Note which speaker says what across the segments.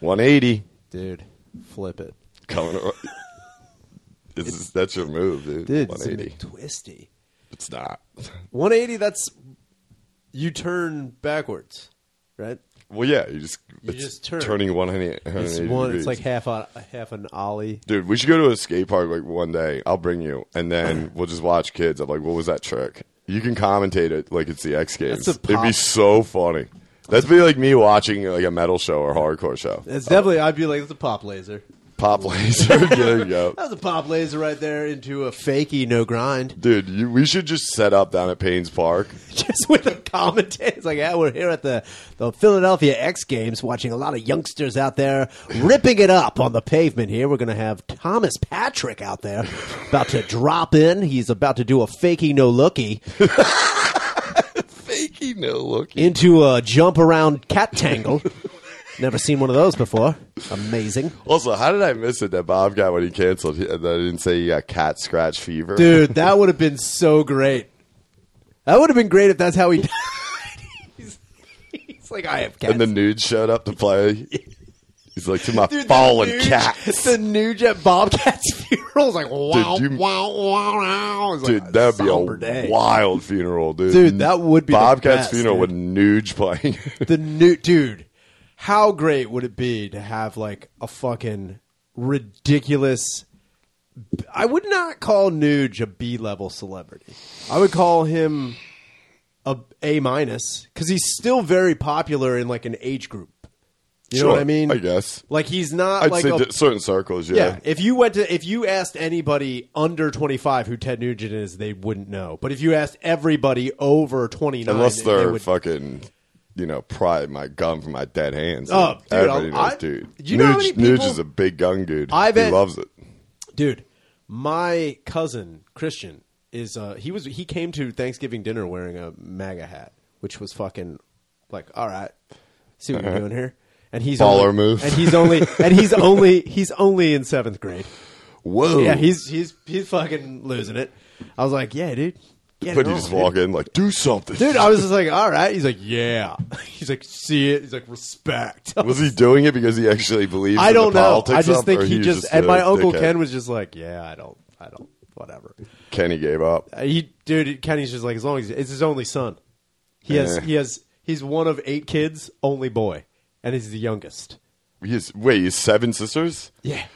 Speaker 1: 180.
Speaker 2: dude. Flip it,
Speaker 1: Coming around. This is- that's your move, dude.
Speaker 2: dude. It's
Speaker 1: 180.
Speaker 2: twisty.
Speaker 1: It's not.
Speaker 2: 180. That's you turn backwards, right?
Speaker 1: Well, yeah, you just
Speaker 2: You
Speaker 1: it's
Speaker 2: just turn.
Speaker 1: turning 180,
Speaker 2: It's
Speaker 1: 180
Speaker 2: one.
Speaker 1: degrees.
Speaker 2: It's like half on half an ollie.
Speaker 1: Dude, we should go to a skate park like one day. I'll bring you, and then we'll just watch kids. I'm like, what was that trick? You can commentate it like it's the X Games.
Speaker 2: That's a
Speaker 1: It'd be
Speaker 2: pop.
Speaker 1: so funny. That'd be like me watching like a metal show or hardcore show.
Speaker 2: It's definitely. I'd be like, it's a pop laser.
Speaker 1: Pop laser. there you go.
Speaker 2: That was a pop laser right there into a fakey no grind.
Speaker 1: Dude, you, we should just set up down at Payne's Park.
Speaker 2: Just with a commentator. It's like, yeah, we're here at the, the Philadelphia X Games watching a lot of youngsters out there ripping it up on the pavement here. We're going to have Thomas Patrick out there about to drop in. He's about to do a fakey no looky
Speaker 1: Fakey no look.
Speaker 2: into a jump around cat tangle. Never seen one of those before. Amazing.
Speaker 1: Also, how did I miss it that Bob got when he canceled? He, that I didn't say he got cat scratch fever.
Speaker 2: Dude, that would have been so great. That would have been great if that's how he died. he's, he's like, I have cats.
Speaker 1: and the nudes showed up to play. He's like to my
Speaker 2: Dude, the
Speaker 1: fallen
Speaker 2: Nuge-
Speaker 1: cats.
Speaker 2: The New Jet Bobcats funeral is like wow,
Speaker 1: Dude, you-
Speaker 2: wow, wow, wow. It's
Speaker 1: Dude,
Speaker 2: like
Speaker 1: that'd be
Speaker 2: somber
Speaker 1: a
Speaker 2: day.
Speaker 1: wild funeral, dude.
Speaker 2: Dude, that would be the
Speaker 1: Bobcat's
Speaker 2: best,
Speaker 1: funeral with
Speaker 2: dude.
Speaker 1: Nuge playing.
Speaker 2: The new dude. How great would it be to have like a fucking ridiculous? I would not call Nuge a B level celebrity. I would call him a A minus because he's still very popular in like an age group. You know
Speaker 1: Sure,
Speaker 2: what I mean?
Speaker 1: I guess.
Speaker 2: Like he's not
Speaker 1: I'd
Speaker 2: like
Speaker 1: say
Speaker 2: a
Speaker 1: di- certain circles, yeah.
Speaker 2: Yeah, if you went to if you asked anybody under 25 who Ted Nugent is, they wouldn't know. But if you asked everybody over 29,
Speaker 1: Unless
Speaker 2: they
Speaker 1: they're
Speaker 2: would-
Speaker 1: fucking, you know, pry my gun from my dead hands.
Speaker 2: Oh, dude,
Speaker 1: Everybody
Speaker 2: I-
Speaker 1: knows, dude.
Speaker 2: you know how
Speaker 1: Nuge,
Speaker 2: many people-
Speaker 1: Nuge is a big gun dude.
Speaker 2: I
Speaker 1: he
Speaker 2: bet-
Speaker 1: loves it.
Speaker 2: dude, my cousin Christian is uh he was he came to Thanksgiving dinner wearing a MAGA hat, which was fucking like all right, see what you're doing here. And he's
Speaker 1: Uh-huh. Baller
Speaker 2: only,
Speaker 1: move.
Speaker 2: And he's only and he's only he's only in seventh grade.
Speaker 1: Whoa.
Speaker 2: Yeah, he's he's he's fucking losing it. I was like, yeah, dude. Get
Speaker 1: But
Speaker 2: it
Speaker 1: you
Speaker 2: on,
Speaker 1: just
Speaker 2: dude.
Speaker 1: walk in like, do something,
Speaker 2: Dude, I was just like, all right. He's like, yeah. He's like, see it. He's like, respect.
Speaker 1: was he doing it because he actually believes?
Speaker 2: I
Speaker 1: in the
Speaker 2: don't know.
Speaker 1: politics
Speaker 2: I just
Speaker 1: up,
Speaker 2: think
Speaker 1: or
Speaker 2: he
Speaker 1: was
Speaker 2: just, and my
Speaker 1: a
Speaker 2: uncle
Speaker 1: dickhead?
Speaker 2: Ken was just like, yeah, I don't, I don't, whatever.
Speaker 1: Kenny gave up.
Speaker 2: Uh, He, dude, Kenny's just like, as long as it's his only son, he has,
Speaker 1: Yeah.
Speaker 2: he has, he's one of eight kids, only boy, and he's the youngest.
Speaker 1: He's wait, he's seven sisters.
Speaker 2: Yeah,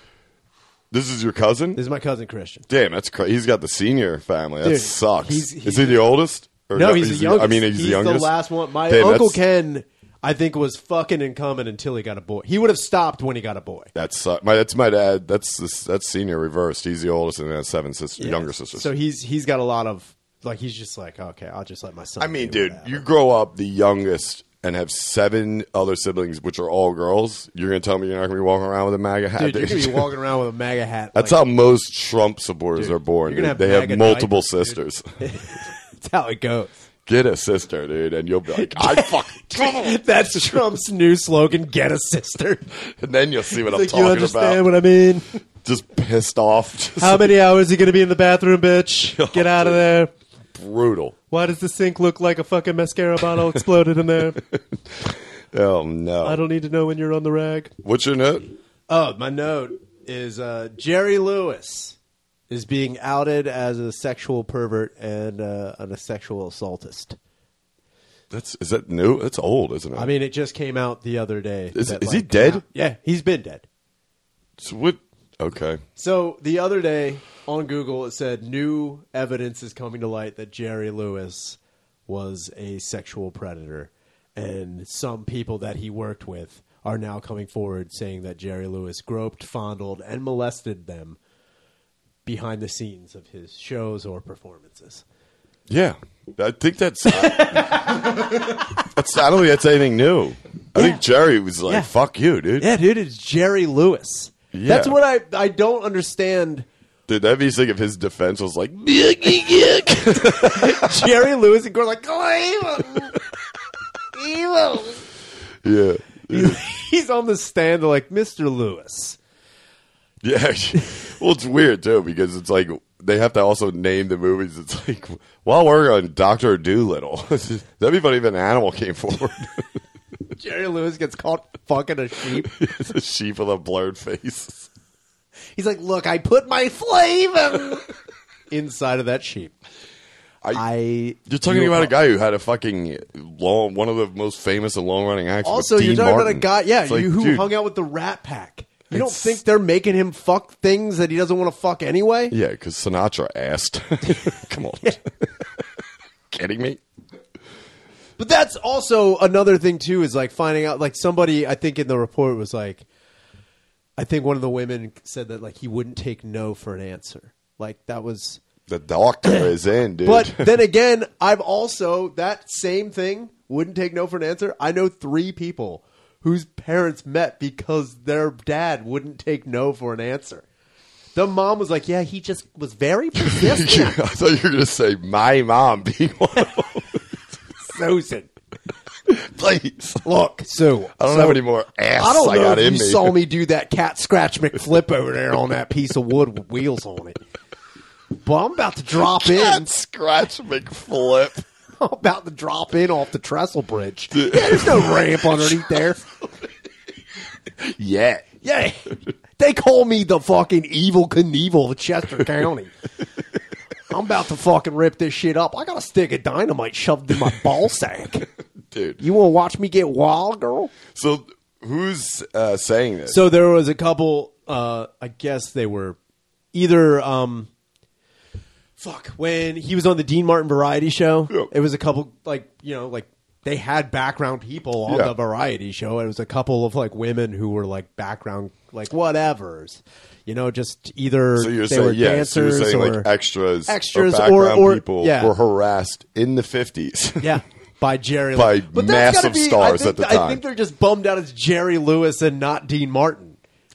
Speaker 1: This is your cousin.
Speaker 2: this is my cousin Christian.
Speaker 1: Damn, that's crazy. He's got the senior family. That
Speaker 2: Dude,
Speaker 1: sucks.
Speaker 2: he's- he's-
Speaker 1: is he the oldest? Or
Speaker 2: No, he's, the youngest.
Speaker 1: I mean, he's, the youngest.
Speaker 2: last one. My
Speaker 1: Damn,
Speaker 2: uncle
Speaker 1: that's-
Speaker 2: Ken, I think, was fucking incumbent until he got a boy. He would have stopped when he got a boy.
Speaker 1: That sucks. My, that's my dad. That's this, that's senior reversed. He's the oldest and has seven sisters,
Speaker 2: Yeah.
Speaker 1: younger sisters.
Speaker 2: So he's he's got a lot of like he's just like okay, I'll just let my son.
Speaker 1: I mean,
Speaker 2: do
Speaker 1: dude,
Speaker 2: whatever.
Speaker 1: you grow up the youngest and have seven other siblings, which are all girls. You're gonna tell me you're not gonna be walking around with a MAGA hat?
Speaker 2: dude, you're gonna be walking around with a MAGA hat.
Speaker 1: That's
Speaker 2: like,
Speaker 1: how most Trump supporters
Speaker 2: Dude,
Speaker 1: are born.
Speaker 2: you're gonna
Speaker 1: dude.
Speaker 2: have
Speaker 1: they have
Speaker 2: MAGA
Speaker 1: multiple
Speaker 2: diapers, dude.
Speaker 1: sisters.
Speaker 2: that's how it goes.
Speaker 1: Get a sister, dude, and you'll be like, I fucking.
Speaker 2: that's Trump's new slogan: "Get a sister."
Speaker 1: and then you'll see what I'm
Speaker 2: Like, you
Speaker 1: talking
Speaker 2: understand
Speaker 1: about.
Speaker 2: what I mean?
Speaker 1: just pissed off. Just
Speaker 2: How many hours are you gonna be in the bathroom, bitch? Get
Speaker 1: Oh,
Speaker 2: out of there.
Speaker 1: brutal.
Speaker 2: Why does the sink look like a fucking mascara bottle exploded in there?
Speaker 1: Oh no.
Speaker 2: I don't need to know when you're on the rag.
Speaker 1: What's your note?
Speaker 2: Oh, my note is uh, Jerry Lewis is being outed as a sexual pervert and uh, and a sexual assaultist.
Speaker 1: That's is that new? That's old, isn't it?
Speaker 2: I mean, it just came out the other day.
Speaker 1: Is-
Speaker 2: that,
Speaker 1: is he dead?
Speaker 2: came out. Yeah, he's been dead.
Speaker 1: It's what? Okay.
Speaker 2: So the other day on Google, it said new evidence is coming to light that Jerry Lewis was a sexual predator, and some people that he worked with are now coming forward saying that Jerry Lewis groped, fondled, and molested them behind the scenes of his shows or performances.
Speaker 1: Yeah, I think that's. that's I don't think that's anything new. I
Speaker 2: Yeah.
Speaker 1: think Jerry was like,
Speaker 2: Yeah.
Speaker 1: "Fuck you, dude."
Speaker 2: Yeah, dude, it's Jerry Lewis.
Speaker 1: Yeah.
Speaker 2: That's what I I don't understand.
Speaker 1: Dude, that'd be sick if his defense was like, "Yuck, yuck, yuck."
Speaker 2: Jerry Lewis and Gore like, oh, evil, evil.
Speaker 1: "Yeah,
Speaker 2: He's, he's on the stand like Mr. Lewis.
Speaker 1: yeah." well, it's weird too because it's like they have to also name the movies. It's like while we're on Doctor Doolittle, that'd be funny if an animal came forward.
Speaker 2: Jerry Lewis gets caught fucking a sheep.
Speaker 1: it's a sheep with a blurred face.
Speaker 2: He's like, look, I put my slave in- inside of that sheep.
Speaker 1: I-
Speaker 2: I
Speaker 1: You're talking
Speaker 2: you-
Speaker 1: about a guy who had a fucking long, one of the most famous and long running acts. with
Speaker 2: Also, you're
Speaker 1: Dean
Speaker 2: talking
Speaker 1: Martin.
Speaker 2: about a guy, yeah,
Speaker 1: It's like,
Speaker 2: you, who
Speaker 1: dude,
Speaker 2: hung out with the Rat Pack. You don't
Speaker 1: It's-
Speaker 2: think they're making him fuck things that he doesn't want to fuck anyway?
Speaker 1: Yeah, because Sinatra asked. Come on. Kidding me?
Speaker 2: But that's also another thing too is like finding out like somebody I think in the report was like I think one of the women said that like he wouldn't take no for an answer. Like that was
Speaker 1: The doctor is in, dude.
Speaker 2: But then again, I've also that same thing wouldn't take no for an answer. I know 3 people whose parents met because their dad wouldn't take no for an answer. The mom was like, "Yeah, he just was very
Speaker 1: I
Speaker 2: persistent."
Speaker 1: thought you were going to say my mom being one of them.
Speaker 2: Susan.
Speaker 1: Please.
Speaker 2: Look, Sue.
Speaker 1: I don't
Speaker 2: so
Speaker 1: have any more ass
Speaker 2: I
Speaker 1: I,
Speaker 2: don't know
Speaker 1: got
Speaker 2: if
Speaker 1: in
Speaker 2: you
Speaker 1: me.
Speaker 2: saw me do that cat scratch McFlip over there on that piece of wood with wheels on it. But I'm about to drop in.
Speaker 1: Cat scratch McFlip.
Speaker 2: I'm about to drop in off the trestle bridge. Yeah, there's no ramp underneath there.
Speaker 1: Yeah.
Speaker 2: Yeah, they call me the fucking evil Knievel of Chester County. I'm about to fucking rip this shit up. I got a stick of dynamite shoved in my ball sack.
Speaker 1: Dude.
Speaker 2: You want to watch me get wild, girl?
Speaker 1: so who's uh, saying this?
Speaker 2: So there was a couple. Uh, I guess they were either. Um, fuck. When he was on the Dean Martin variety show,
Speaker 1: Yeah.
Speaker 2: it was a couple like you know like they had background people on
Speaker 1: Yeah.
Speaker 2: the variety show. It was a couple of like women who were like background like whatevers. You know, just either
Speaker 1: So you're
Speaker 2: they
Speaker 1: saying
Speaker 2: were
Speaker 1: yeah, so you're
Speaker 2: dancers
Speaker 1: saying
Speaker 2: or
Speaker 1: like extras,
Speaker 2: extras
Speaker 1: or
Speaker 2: or-
Speaker 1: background
Speaker 2: or-
Speaker 1: people
Speaker 2: yeah.
Speaker 1: were harassed in the fifties.
Speaker 2: yeah. By Jerry,
Speaker 1: By
Speaker 2: But that's gotta
Speaker 1: massive
Speaker 2: be- I
Speaker 1: stars
Speaker 2: think-
Speaker 1: at the
Speaker 2: I
Speaker 1: time.
Speaker 2: think they're just bummed out it's Jerry Lewis and not Dean Martin.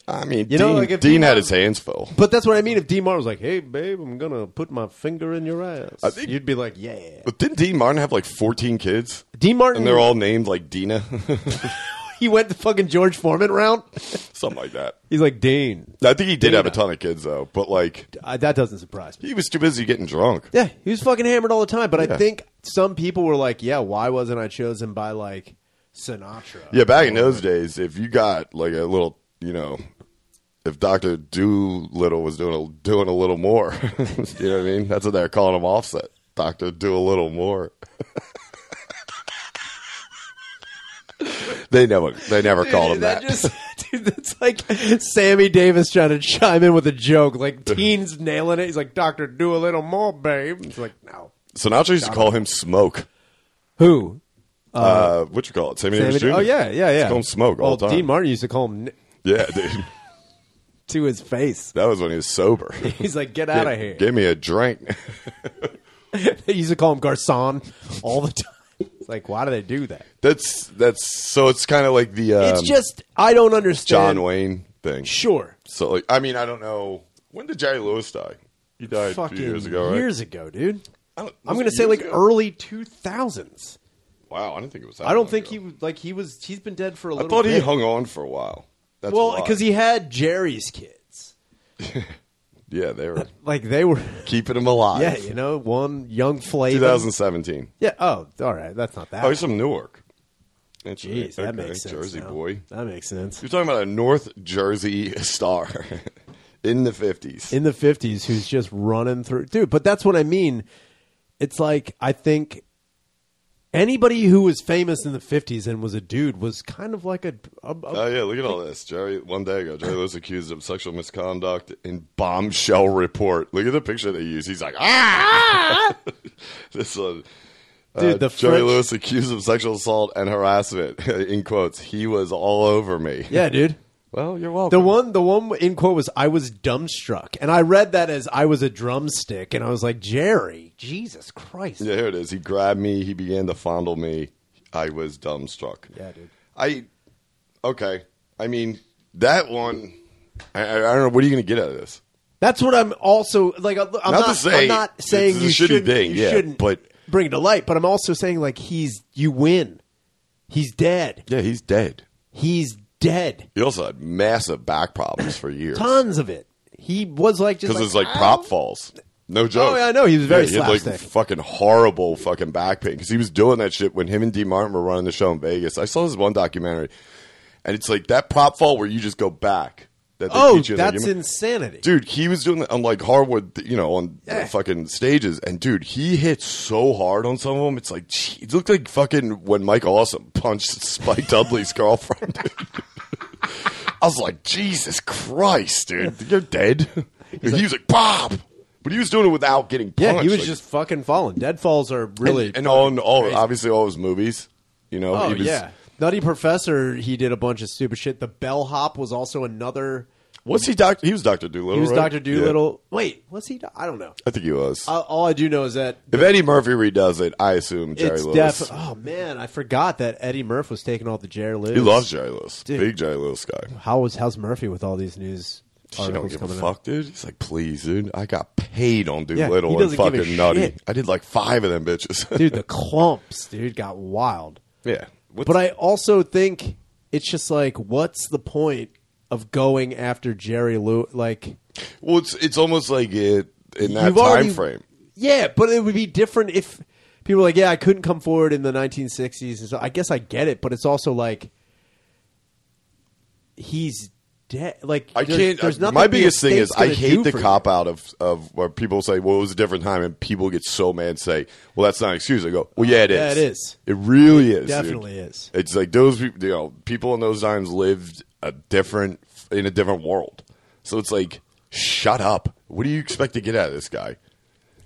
Speaker 1: I mean,
Speaker 2: You
Speaker 1: Dean,
Speaker 2: know, like, if
Speaker 1: Dean
Speaker 2: you
Speaker 1: had
Speaker 2: were-
Speaker 1: his hands full.
Speaker 2: But that's what I mean. If Dean Martin was like, "Hey, babe, I'm gonna put my finger in your ass,"
Speaker 1: I think-
Speaker 2: you'd be like, "Yeah."
Speaker 1: But didn't Dean Martin have like fourteen kids?
Speaker 2: Dean Martin,
Speaker 1: And they're all named like Dina,
Speaker 2: he went the fucking George Foreman round.
Speaker 1: something like that.
Speaker 2: He's like, "Dean,
Speaker 1: I think he did have a ton of kids though, but like
Speaker 2: I, that doesn't surprise me."
Speaker 1: he was too busy getting drunk.
Speaker 2: Yeah, he was fucking hammered all the time. But I
Speaker 1: Yeah.
Speaker 2: think some people were like, "Yeah, why wasn't I chosen by like Sinatra?"
Speaker 1: Yeah, back in those days, if you got like a little, you know, if Doctor Doolittle was doing a, doing a little more, you know what I mean? That's what they're calling him Offset. Doctor Do a little more. they never they never called him that.
Speaker 2: Just, dude, that's like Sammy Davis trying to chime in with a joke. Like teens nailing it. He's like, "Doctor, do a little more, babe." It's like, no.
Speaker 1: Sinatra used to call him Smoke.
Speaker 2: Who?
Speaker 1: Uh, what you call it? Sammy, Davis Jr.
Speaker 2: Sammy- oh yeah, yeah, yeah.
Speaker 1: Just call him Smoke all
Speaker 2: well,
Speaker 1: the time.
Speaker 2: Dean Martin used to call him n-
Speaker 1: Yeah, dude.
Speaker 2: to his face.
Speaker 1: That was when he was sober.
Speaker 2: He's like, "Get out of here."
Speaker 1: Give me a drink.
Speaker 2: They used to call him Garcon all the time. It's like, why do they do that?
Speaker 1: That's that's so it's kind of like the um,
Speaker 2: it's just I don't understand.
Speaker 1: John Wayne thing.
Speaker 2: Sure.
Speaker 1: So, like, I mean, I don't know. When did Jerry Lewis die? He died a
Speaker 2: Fucking
Speaker 1: few years ago, right?
Speaker 2: years ago, dude.
Speaker 1: I don't-
Speaker 2: I'm
Speaker 1: was
Speaker 2: gonna
Speaker 1: it
Speaker 2: say
Speaker 1: years
Speaker 2: like
Speaker 1: ago?
Speaker 2: early 2000s.
Speaker 1: Wow, I didn't think it was. That
Speaker 2: I don't
Speaker 1: long
Speaker 2: think
Speaker 1: ago.
Speaker 2: he was like he was. He's been dead for a
Speaker 1: Oh I
Speaker 2: little.
Speaker 1: thought he
Speaker 2: bit.
Speaker 1: hung on for a while. That's
Speaker 2: Well,
Speaker 1: why.
Speaker 2: because he had Jerry's kids.
Speaker 1: yeah, they were
Speaker 2: Like they were.
Speaker 1: keeping him alive.
Speaker 2: Yeah, you know, one young Flavin.
Speaker 1: 2017.
Speaker 2: Yeah. Oh, all right. That's not that.
Speaker 1: Oh, he's from Newark. Interesting.
Speaker 2: Jeez, that
Speaker 1: Okay,
Speaker 2: makes sense.
Speaker 1: Jersey
Speaker 2: now.
Speaker 1: boy.
Speaker 2: That makes sense.
Speaker 1: You're talking about a North Jersey star in the 50s.
Speaker 2: in the 50s who's just running through dude but that's what i mean it's like i think anybody who was famous in the 50s and was a dude was kind of like a, a- a-
Speaker 1: Oh yeah, look at all this. Jerry one day ago, Jerry was accused of sexual misconduct in bombshell report. Look at the picture they use. He's like, ah. this one, Uh,
Speaker 2: Dude, the
Speaker 1: Jerry
Speaker 2: French-
Speaker 1: Lewis accused of sexual assault and harassment. in quotes, he was all over me.
Speaker 2: yeah dude
Speaker 1: Well, Oh, you're welcome.
Speaker 2: the one the one in quote was i was dumbstruck and i read that as i was a drumstick and i was like jerry jesus christ
Speaker 1: Yeah, here it is. He grabbed me. He began to fondle me. I was dumbstruck.
Speaker 2: Yeah, dude.
Speaker 1: I okay. I mean that one. I, I, I don't know. What are you going to get out of this?
Speaker 2: that's what i'm also like i'm not,
Speaker 1: to say
Speaker 2: I'm not saying
Speaker 1: it's a
Speaker 2: you,
Speaker 1: shitty
Speaker 2: shouldn't,
Speaker 1: thing,
Speaker 2: you
Speaker 1: yeah,
Speaker 2: shouldn't
Speaker 1: but-
Speaker 2: bring it to light but i'm also saying like he's you win he's dead
Speaker 1: Yeah, he's dead.
Speaker 2: he's dead
Speaker 1: He also had massive back problems for years.
Speaker 2: tons of it. He was like just
Speaker 1: because
Speaker 2: like,
Speaker 1: it's
Speaker 2: "Oh,
Speaker 1: like
Speaker 2: "I
Speaker 1: prop
Speaker 2: don't-"
Speaker 1: falls. No joke.
Speaker 2: Oh, yeah, I know. He was very
Speaker 1: he had, like
Speaker 2: slapstick.
Speaker 1: fucking horrible fucking back pain because he was doing that shit when him and D Martin were running the show in Vegas. I saw this one documentary, And it's like that prop fall where you just go back. That they
Speaker 2: Oh,
Speaker 1: teach you in the
Speaker 2: that's
Speaker 1: human-
Speaker 2: insanity.
Speaker 1: Dude, he was doing that on like hardwood, you know, on the
Speaker 2: Yeah.
Speaker 1: fucking stages. And dude, he hit so hard on some of them. It's like, gee, it looked like fucking when Mike Awesome punched Spike Dudley's girlfriend. I was like, Jesus Christ, dude, you're dead. And he was like, Bob. But he was doing it without getting punched.
Speaker 2: yeah, he was
Speaker 1: like-
Speaker 2: just fucking falling. Deadfalls are really
Speaker 1: and, and on all obviously all his movies, you know.
Speaker 2: Oh
Speaker 1: he was,
Speaker 2: yeah, Nutty Professor. He did a bunch of stupid shit. The Bellhop was also another.
Speaker 1: Was he Doctor? He was Doctor Doolittle.
Speaker 2: He was
Speaker 1: right?
Speaker 2: Doctor
Speaker 1: Yeah.
Speaker 2: Doolittle. Uh, Wait, was he? Do- I don't know.
Speaker 1: I think he was.
Speaker 2: All, all I do know is that
Speaker 1: if Eddie Murphy redoes it, I assume Jerry
Speaker 2: it's
Speaker 1: Lewis.
Speaker 2: def. Oh man, I forgot that Eddie Murphy was taking all the Jerry Lewis.
Speaker 1: he loves Jerry Lewis.
Speaker 2: Dude.
Speaker 1: Big Jerry Lewis guy.
Speaker 2: How was how's Murphy with all these news
Speaker 1: She don't
Speaker 2: articles
Speaker 1: give a
Speaker 2: coming
Speaker 1: fuck,
Speaker 2: out?
Speaker 1: dude. He's like, please, dude. I got paid on
Speaker 2: he
Speaker 1: Doolittle and
Speaker 2: doesn't give a
Speaker 1: fucking Nutty.
Speaker 2: shit.
Speaker 1: I did like five of them bitches.
Speaker 2: Dude, the clumps, dude, got wild.
Speaker 1: yeah. What
Speaker 2: But I also think it's just like, what's the point of going after Jerry Lew? Like,
Speaker 1: well, it's it's almost like it in that
Speaker 2: You've
Speaker 1: time
Speaker 2: already-
Speaker 1: frame.
Speaker 2: Yeah, but it would be different if people were like, yeah, I couldn't come forward in the 1960s. And so I guess I get it, but it's also like he's dead. Like
Speaker 1: I
Speaker 2: there's,
Speaker 1: can't.
Speaker 2: There's
Speaker 1: I-
Speaker 2: nothing
Speaker 1: my
Speaker 2: the
Speaker 1: biggest thing is
Speaker 2: state's
Speaker 1: I
Speaker 2: gonna
Speaker 1: hate
Speaker 2: do
Speaker 1: the
Speaker 2: for you.
Speaker 1: cop out of of where people say, "Well, it was a different time," and people get so mad and say, "Well, that's not an excuse." I go, "Well, yeah, it is.
Speaker 2: Yeah, it is.
Speaker 1: It really is. dude.
Speaker 2: Definitely is.
Speaker 1: It's like those people. You know, people in those times lived a different in a different world. So it's like, shut up. What do you expect to get out of this guy?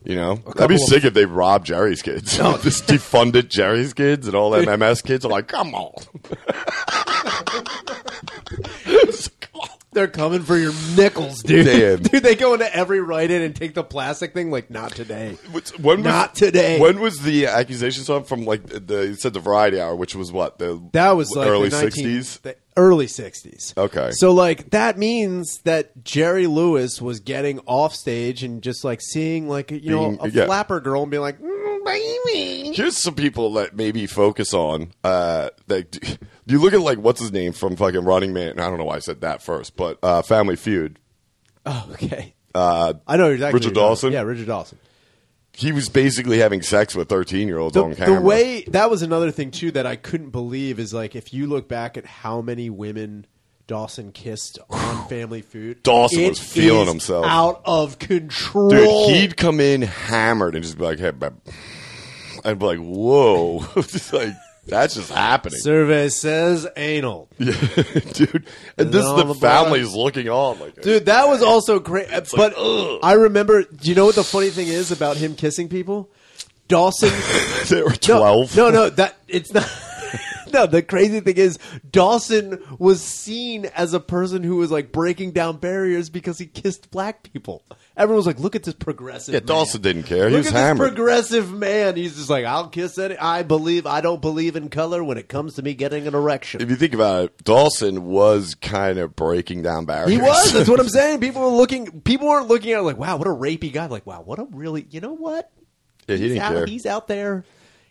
Speaker 1: You know, I'd
Speaker 2: couple
Speaker 1: be
Speaker 2: of-
Speaker 1: sick if they robbed Jerry's kids, just defunded Jerry's kids and all the MS kids. are like, come on, come on.
Speaker 2: They're coming for your nickels, dude.
Speaker 1: Damn.
Speaker 2: dude, they go into every write-in and take the plastic thing. Like, not today.
Speaker 1: What's- When was,
Speaker 2: Not today.
Speaker 1: When was the accusation song from? Like the, the you said, the Variety Hour, which was what the
Speaker 2: That was like
Speaker 1: early
Speaker 2: the 19
Speaker 1: sixties.
Speaker 2: the early sixties.
Speaker 1: Okay.
Speaker 2: so like that means that Jerry Lewis was getting off stage and just like seeing like you know
Speaker 1: Being-
Speaker 2: a
Speaker 1: yeah.
Speaker 2: flapper girl and being like, mm, baby.
Speaker 1: Here's some people that maybe focus on. Uh, that you look at like what's his name from fucking Running Man. and I don't know why I said that first, but uh, Family Feud.
Speaker 2: Oh, okay. Uh, I know exactly.
Speaker 1: Richard
Speaker 2: who you're talking
Speaker 1: Dawson?
Speaker 2: about. Yeah, Richard Dawson.
Speaker 1: He was basically having sex with thirteen year olds
Speaker 2: The,
Speaker 1: on
Speaker 2: the
Speaker 1: camera.
Speaker 2: way that was another thing too that I couldn't believe is like if you look back at how many women Dawson kissed on Family Food,
Speaker 1: Dawson
Speaker 2: it
Speaker 1: was feeling
Speaker 2: is
Speaker 1: himself.
Speaker 2: out of control.
Speaker 1: Dude, he'd come in hammered and just be like, "Hey, babe." I'd be like, "Whoa!" It's like that's just happening.
Speaker 2: Survey says anal.
Speaker 1: Yeah, dude. And this
Speaker 2: all
Speaker 1: the,
Speaker 2: the
Speaker 1: family's looking on like
Speaker 2: Dude, that was also great.
Speaker 1: like,
Speaker 2: But
Speaker 1: ugh.
Speaker 2: I remember, do you know what the funny thing is about him kissing people? Dawson.
Speaker 1: they were
Speaker 2: No,
Speaker 1: twelve.
Speaker 2: No, no, that it's not. no, the crazy thing is Dawson was seen as a person who was like breaking down barriers because he kissed black people. Everyone was like, "Look at this progressive."
Speaker 1: Yeah,
Speaker 2: man.
Speaker 1: Dawson didn't care. He
Speaker 2: Look
Speaker 1: was
Speaker 2: at
Speaker 1: hammered.
Speaker 2: This progressive man. He's just like, "I'll kiss any. I believe. I don't believe in color when it comes to me getting an erection."
Speaker 1: If you think about it, Dawson was kind of breaking down barriers.
Speaker 2: He was. That's what I'm saying. People were looking. People weren't looking at it like, wow, what a rapey guy. Like, wow, what a really. You know what?
Speaker 1: Yeah, he
Speaker 2: he's
Speaker 1: didn't
Speaker 2: out,
Speaker 1: care.
Speaker 2: He's out there.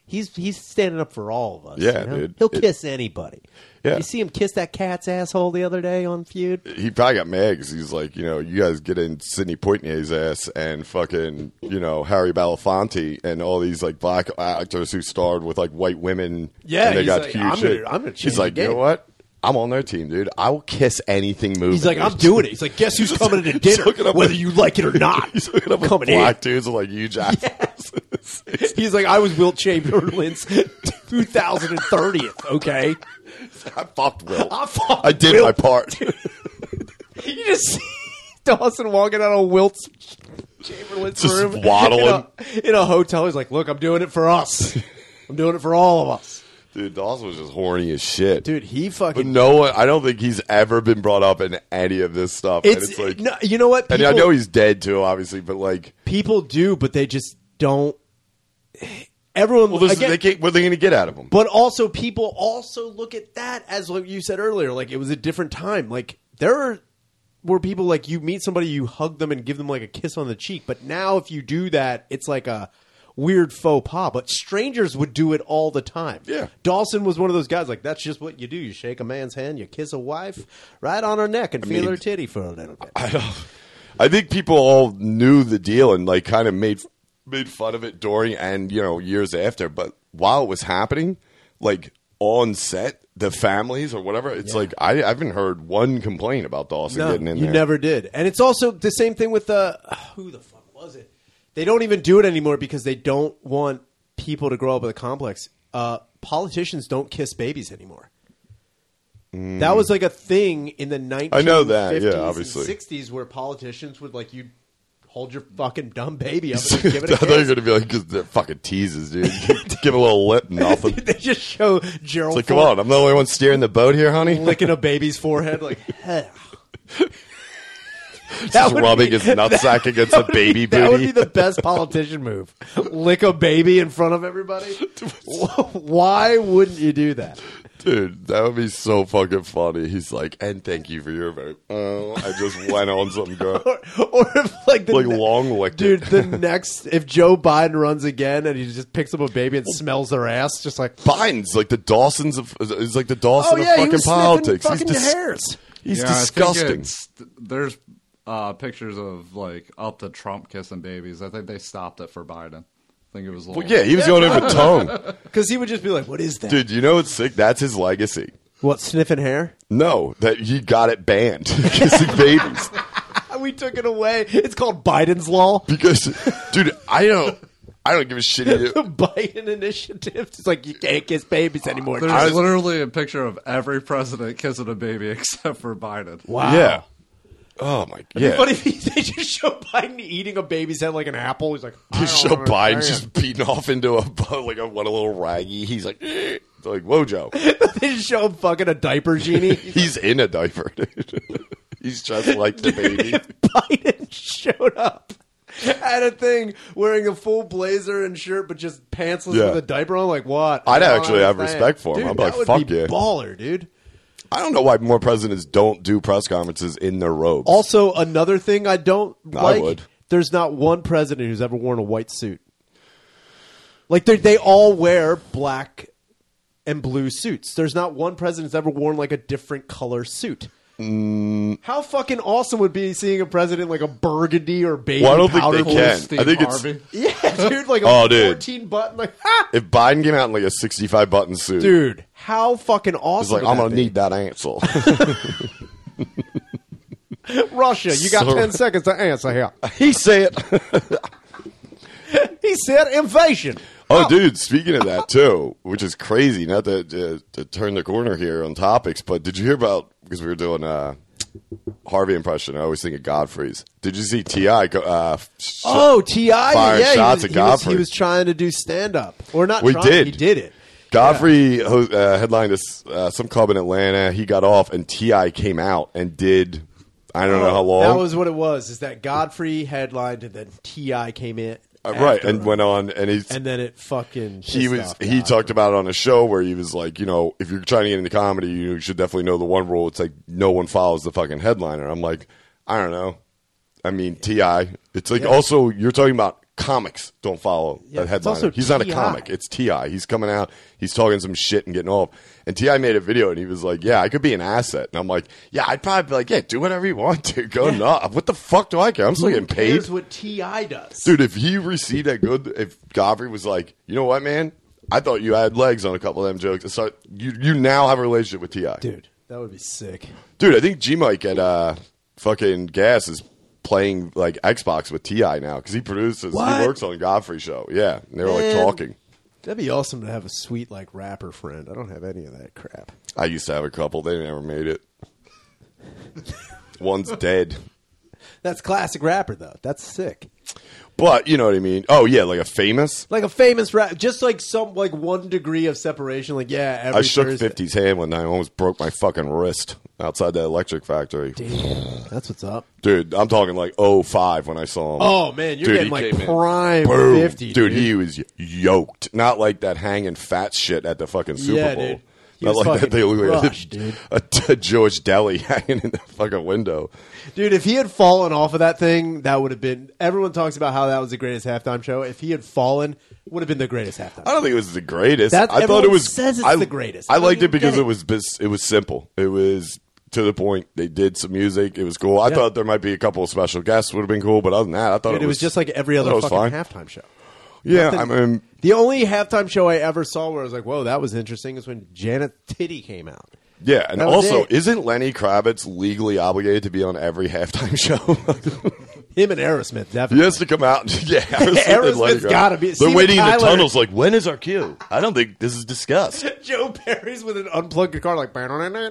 Speaker 2: He's he's standing up for all of us.
Speaker 1: Yeah,
Speaker 2: you know?
Speaker 1: dude.
Speaker 2: He'll
Speaker 1: It-
Speaker 2: kiss anybody.
Speaker 1: Yeah.
Speaker 2: You see him kiss that cat's asshole the other day on Feud.
Speaker 1: he probably got mad because he's like, you know, you guys get in Sidney Poitier's ass and fucking, you know, Harry Belafonte and all these like black actors who starred with like white women.
Speaker 2: Yeah,
Speaker 1: and they
Speaker 2: he's
Speaker 1: got
Speaker 2: like,
Speaker 1: huge.
Speaker 2: I'm gonna-
Speaker 1: hit.
Speaker 2: I'm gonna change
Speaker 1: He's like,
Speaker 2: the
Speaker 1: you know
Speaker 2: game."
Speaker 1: what? I'm on their team, dude. I will kiss anything moving.
Speaker 2: He's like, I'm
Speaker 1: dude."
Speaker 2: doing it. He's like, guess who's coming to dinner,
Speaker 1: hooking up
Speaker 2: whether
Speaker 1: with-
Speaker 2: you like it or not.
Speaker 1: He's hooking up with
Speaker 2: coming in.
Speaker 1: black dudes with like huge asses.
Speaker 2: He's like, I was Will Chamberlain's 2030th. Okay,
Speaker 1: I fucked Will.
Speaker 2: I fucked
Speaker 1: I did
Speaker 2: Wilt.
Speaker 1: my part.
Speaker 2: You just see Dawson walking out of Wilt's Chamberlain's
Speaker 1: Just
Speaker 2: room,
Speaker 1: waddling.
Speaker 2: in a, in a hotel. He's like, "Look, I'm doing it for us. I'm doing it for all of us."
Speaker 1: Dude, Dawson was just horny as shit.
Speaker 2: Dude, he
Speaker 1: But
Speaker 2: fucking.
Speaker 1: no one, I don't think he's ever been brought up in any of this stuff.
Speaker 2: it's,
Speaker 1: and it's like,
Speaker 2: no, you know what?
Speaker 1: and
Speaker 2: People,
Speaker 1: I know he's dead too, obviously, but like,
Speaker 2: people do, but they just don't. Everyone
Speaker 1: well, this
Speaker 2: again,
Speaker 1: they can't, what are they going to get out of him?
Speaker 2: But also, people also look at that as like you said earlier, like it was a different time. Like there are, were people like you meet somebody, you hug them and give them like a kiss on the cheek. But now, if you do that, it's like a weird faux pas. But strangers would do it all the time.
Speaker 1: Yeah.
Speaker 2: Dawson was one of those guys. Like that's just what you do. You shake a man's hand, you kiss a wife right on her neck, and feel
Speaker 1: mean-
Speaker 2: her titty for a little bit.
Speaker 1: I don't. I think people all knew the deal and like kind of made made fun of it during and you know years after. But while it was happening, like on set, the families or whatever. It's
Speaker 2: Yeah.
Speaker 1: like I, I haven't heard one complaint about Dawson
Speaker 2: No,
Speaker 1: getting in
Speaker 2: you
Speaker 1: there.
Speaker 2: never did. And it's also the same thing with the who the fuck was it? They don't even do it anymore because they don't want people to grow up with a complex. Uh, politicians don't kiss babies anymore. That was like a thing in the 1950s
Speaker 1: Mm. I know that, yeah, obviously.
Speaker 2: and 60s where politicians would like you hold your fucking dumb baby up
Speaker 1: I
Speaker 2: and give it a
Speaker 1: thought you were
Speaker 2: kiss.
Speaker 1: gonna be like, "'Cause they're fucking teases, dude. Give a little lip, nothing. It's
Speaker 2: they just show Gerald
Speaker 1: like, come
Speaker 2: Ford
Speaker 1: on, I'm the only one steering the boat here, honey.
Speaker 2: licking a baby's forehead like hell. That
Speaker 1: Just
Speaker 2: would
Speaker 1: rubbing
Speaker 2: be-
Speaker 1: his nutsack against a baby
Speaker 2: That would be
Speaker 1: booty.
Speaker 2: the best politician move. Lick a baby in front of everybody. Why wouldn't you do that?
Speaker 1: Dude, that would be so fucking funny. He's like, and thank you for your vote. Oh, I just went on some girl.
Speaker 2: Or, or if like the
Speaker 1: Like, long-licked
Speaker 2: dude.
Speaker 1: it.
Speaker 2: The next, if Joe Biden runs again and he just picks up a baby and smells their ass, just like
Speaker 1: Biden's like the Dawson's of is like the
Speaker 2: Oh,
Speaker 1: Dawson of fucking
Speaker 2: sniffing
Speaker 1: politics.
Speaker 2: fucking
Speaker 1: he's dis-
Speaker 2: hairs.
Speaker 1: he's
Speaker 3: Yeah, I think
Speaker 1: disgusting.
Speaker 3: it's- There's uh, pictures of like up to Trump kissing babies. I think they stopped it for Biden. I think it was. a
Speaker 1: Well,
Speaker 3: little-
Speaker 1: yeah, he was going in for tongue.
Speaker 2: Because he would just be like, "What is that?
Speaker 1: Dude, you know what's sick? That's his legacy.
Speaker 2: What sniffing hair?
Speaker 1: No, that he got it banned. Kissing babies.
Speaker 2: We took it away. It's called Biden's law."
Speaker 1: Because dude, I don't I don't give a shit.
Speaker 2: The
Speaker 1: either.
Speaker 2: Biden initiative. It's like you can't kiss babies anymore.
Speaker 3: There's
Speaker 1: I was-
Speaker 3: literally a picture of every president kissing a baby except for Biden.
Speaker 2: wow.
Speaker 1: Yeah. Oh my yeah.
Speaker 2: But if he, they just show Biden eating a baby's head like an apple, he's like, I
Speaker 1: You
Speaker 2: don't
Speaker 1: show Biden
Speaker 2: understand.
Speaker 1: just beating off into a like a what a little raggy. He's like "Eh." It's like Wojo.
Speaker 2: they just show him fucking a diaper genie.
Speaker 1: He's in a diaper. Dude. He's dressed like the baby.
Speaker 2: Biden showed up at a thing wearing a full blazer and shirt, but just pantsless
Speaker 1: Yeah.
Speaker 2: with a diaper on. Like what?
Speaker 1: I'd
Speaker 2: I don't
Speaker 1: actually have
Speaker 2: understand.
Speaker 1: respect for him.
Speaker 2: Dude,
Speaker 1: I'd be
Speaker 2: that
Speaker 1: like,
Speaker 2: would
Speaker 1: "Fuck
Speaker 2: be
Speaker 1: yeah."
Speaker 2: baller, dude.
Speaker 1: I don't know why more presidents don't do press conferences in their robes.
Speaker 2: Also, another thing I don't like.
Speaker 1: would.
Speaker 2: There's not one president who's ever worn a white suit. Like they they all wear black and blue suits. There's not one president who's ever worn like a different color suit.
Speaker 1: Mm.
Speaker 2: How fucking awesome would be seeing a president in, like a burgundy or baby
Speaker 1: Well, I don't think
Speaker 2: powder
Speaker 1: they
Speaker 2: blue
Speaker 1: can.
Speaker 3: Steve
Speaker 1: I think it's-
Speaker 3: Harvey.
Speaker 2: Yeah, dude, like a
Speaker 1: Oh, dude.
Speaker 2: 14 button like ha!
Speaker 1: if Biden came out in like a sixty-five button suit,
Speaker 2: dude, how fucking awesome.
Speaker 1: it's like
Speaker 2: would
Speaker 1: I'm
Speaker 2: that
Speaker 1: gonna
Speaker 2: be?
Speaker 1: need that ansel.
Speaker 2: Russia, you got
Speaker 1: So-
Speaker 2: 10 seconds to answer here.
Speaker 1: he said.
Speaker 2: He said invasion.
Speaker 1: Oh, dude! Speaking of that too, which is crazy. Not to, to to turn the corner here on topics, but did you hear about because we were doing uh, Harvey impression? I always think of Godfrey's. Did you see Ti? go- Uh, sh-
Speaker 2: Oh, Ti, yeah,
Speaker 1: firing
Speaker 2: he
Speaker 1: shots at
Speaker 2: was, he was- He
Speaker 1: Godfrey.
Speaker 2: was, trying to do stand up, or not?
Speaker 1: We
Speaker 2: trying,
Speaker 1: did.
Speaker 2: He did it.
Speaker 1: Godfrey ho uh, headlined this, uh, some club in Atlanta. He got off, and Ti came out and did. I don't know how long.
Speaker 2: Oh, That was what it was. Is that Godfrey headlined, and then Ti came in,
Speaker 1: Uh, right,
Speaker 2: after
Speaker 1: and
Speaker 2: him.
Speaker 1: went on, and he's
Speaker 2: and then it fucking.
Speaker 1: he
Speaker 2: pissed
Speaker 1: was
Speaker 2: off
Speaker 1: he
Speaker 2: Godfrey.
Speaker 1: talked about it on a show where he was like, you know, if you're trying to get into comedy, you should definitely know the one rule. It's like no one follows the fucking headliner. I'm like, I don't know. I mean, Ti. It's like also you're talking about comics don't follow
Speaker 2: Yeah,
Speaker 1: that
Speaker 2: it's
Speaker 1: headliner.
Speaker 2: also
Speaker 1: he's not a
Speaker 2: T.I..
Speaker 1: comic. It's Ti. He's coming out. He's talking some shit and getting off. And Ti made a video and he was like, "Yeah, I could be an asset." And I'm like, "Yeah, I'd probably be like, yeah, do whatever you want to. Go nuts. What the fuck do I care? I'm still
Speaker 2: Who
Speaker 1: getting paid."
Speaker 2: cares what Ti does?
Speaker 1: Dude, if he received that good, if Godfrey was like, you know what, man, I thought you had legs on a couple of them jokes. So you you now have a relationship with Ti,
Speaker 2: Dude, that would be sick.
Speaker 1: Dude, I think G Mike at uh fucking Gas is playing like Xbox with Ti now because he produces.
Speaker 2: What?
Speaker 1: He works on Godfrey show. Yeah, and they were like
Speaker 2: Man.
Speaker 1: talking.
Speaker 2: That'd be awesome to have a sweet like rapper friend. I don't have any of that crap.
Speaker 1: I used to have a couple. They never made it. One's dead.
Speaker 2: That's classic rapper though. That's sick.
Speaker 1: But you know what I mean. Oh yeah, like a famous.
Speaker 2: Like a famous rap, just like some like one degree of separation. Like yeah, every
Speaker 1: I shook
Speaker 2: Thursday.
Speaker 1: 50's hand one night. I almost broke my fucking wrist outside the electric factory.
Speaker 2: Damn, that's what's up.
Speaker 1: Dude, I'm talking like 05 when I saw him.
Speaker 2: Oh man, you're
Speaker 1: Dude,
Speaker 2: getting
Speaker 1: he
Speaker 2: like
Speaker 1: came in.
Speaker 2: prime
Speaker 1: Boom.
Speaker 2: fifty,
Speaker 1: dude, he was yoked. Not like that hanging fat shit at the fucking Super
Speaker 2: Yeah,
Speaker 1: Bowl.
Speaker 2: dude. He
Speaker 1: Not
Speaker 2: was
Speaker 1: like that.
Speaker 2: fucking
Speaker 1: They look
Speaker 2: crushed, dude.
Speaker 1: like a, a Jewish deli hanging in the fucking window.
Speaker 2: Dude, if he had fallen off of that thing, that would have been. Everyone talks about how that was the greatest halftime show. If he had fallen, would have been the greatest halftime.
Speaker 1: I
Speaker 2: show.
Speaker 1: don't think it was the greatest.
Speaker 2: That's-
Speaker 1: I thought
Speaker 2: everyone
Speaker 1: it was.
Speaker 2: says it's
Speaker 1: I,
Speaker 2: the greatest. I
Speaker 1: I
Speaker 2: don't
Speaker 1: liked
Speaker 2: even
Speaker 1: it because
Speaker 2: get
Speaker 1: it.
Speaker 2: it.
Speaker 1: was bis- it was simple. It was to the point. They did some music. It was cool. I thought there might be a couple of special guests would have been cool, but other than that, I thought
Speaker 2: Dude, it was just like every
Speaker 1: I
Speaker 2: other
Speaker 1: thought it
Speaker 2: fucking
Speaker 1: was fine.
Speaker 2: halftime show.
Speaker 1: Yeah,
Speaker 2: Nothing-
Speaker 1: I mean,
Speaker 2: the only halftime show I ever saw where I was like, "Whoa, that was interesting," is when Janet Titty came out.
Speaker 1: yeah, and
Speaker 2: That was
Speaker 1: also,
Speaker 2: it.
Speaker 1: is isn't Lenny Kravitz legally obligated to be on every halftime show?
Speaker 2: Him and Aerosmith definitely.
Speaker 1: he has to come out. And, yeah, Aerosmith and Lenny
Speaker 2: Aerosmith's
Speaker 1: Kravitz.
Speaker 2: gotta be-
Speaker 1: They're
Speaker 2: Steven
Speaker 1: waiting in the
Speaker 2: Tyler.
Speaker 1: tunnels. Like, when is our cue? I don't think this is discussed.
Speaker 2: Joe Perry's with an unplugged guitar, like,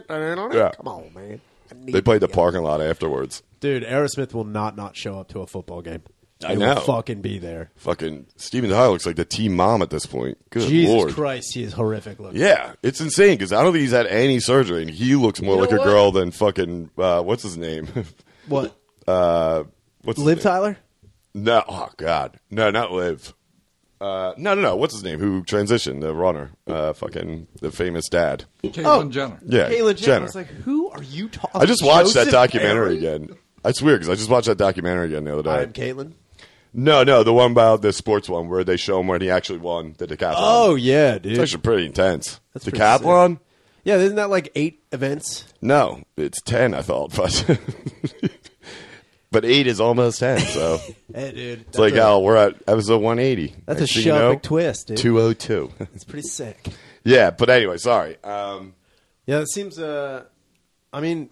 Speaker 2: come on, man. I need
Speaker 1: They played the
Speaker 2: you."
Speaker 1: parking lot afterwards.
Speaker 2: Dude, Aerosmith will not not show up to a football game.
Speaker 1: I
Speaker 2: They
Speaker 1: know.
Speaker 2: Will fucking be there.
Speaker 1: Fucking Steven Tyler looks like the team mom at this point. Good
Speaker 2: Jesus
Speaker 1: lord.
Speaker 2: Christ, he is horrific looking.
Speaker 1: Yeah, it's insane because I don't think he's had any surgery, and he looks more
Speaker 2: You
Speaker 1: like
Speaker 2: know
Speaker 1: a
Speaker 2: what?
Speaker 1: girl than fucking uh, what's his name?
Speaker 2: What?
Speaker 1: uh, what's his
Speaker 2: Liv
Speaker 1: name?
Speaker 2: Tyler?
Speaker 1: No, oh god, no, not Liv. Uh, no, no, no. What's his name? Who transitioned the runner? Uh, fucking the famous dad.
Speaker 3: Caitlyn
Speaker 2: Oh.
Speaker 3: Jenner.
Speaker 1: Yeah,
Speaker 2: Caitlyn Jenner. I
Speaker 1: Jenner.
Speaker 2: was like, who are you talking
Speaker 1: I just watched that
Speaker 2: Joseph
Speaker 1: documentary
Speaker 2: Perry?
Speaker 1: again. It's weird because I just watched that documentary again the other day.
Speaker 2: I'm Caitlin.
Speaker 1: um, no, no, the one about the sports one where they show him when he actually won the decathlon.
Speaker 2: Oh, yeah,
Speaker 1: it's
Speaker 2: dude.
Speaker 1: actually pretty intense.
Speaker 2: That's pretty
Speaker 1: decathlon?
Speaker 2: Yeah, isn't that like eight events?
Speaker 1: No, it's ten. I thought, but but eight is almost ten. So
Speaker 2: Hey, dude.
Speaker 1: it's like, oh, we're at episode one eighty.
Speaker 2: That's a shove and twist, dude.
Speaker 1: Two oh two.
Speaker 2: It's pretty sick.
Speaker 1: Yeah, but anyway, sorry. Um,
Speaker 2: Yeah, it seems. Uh, I mean,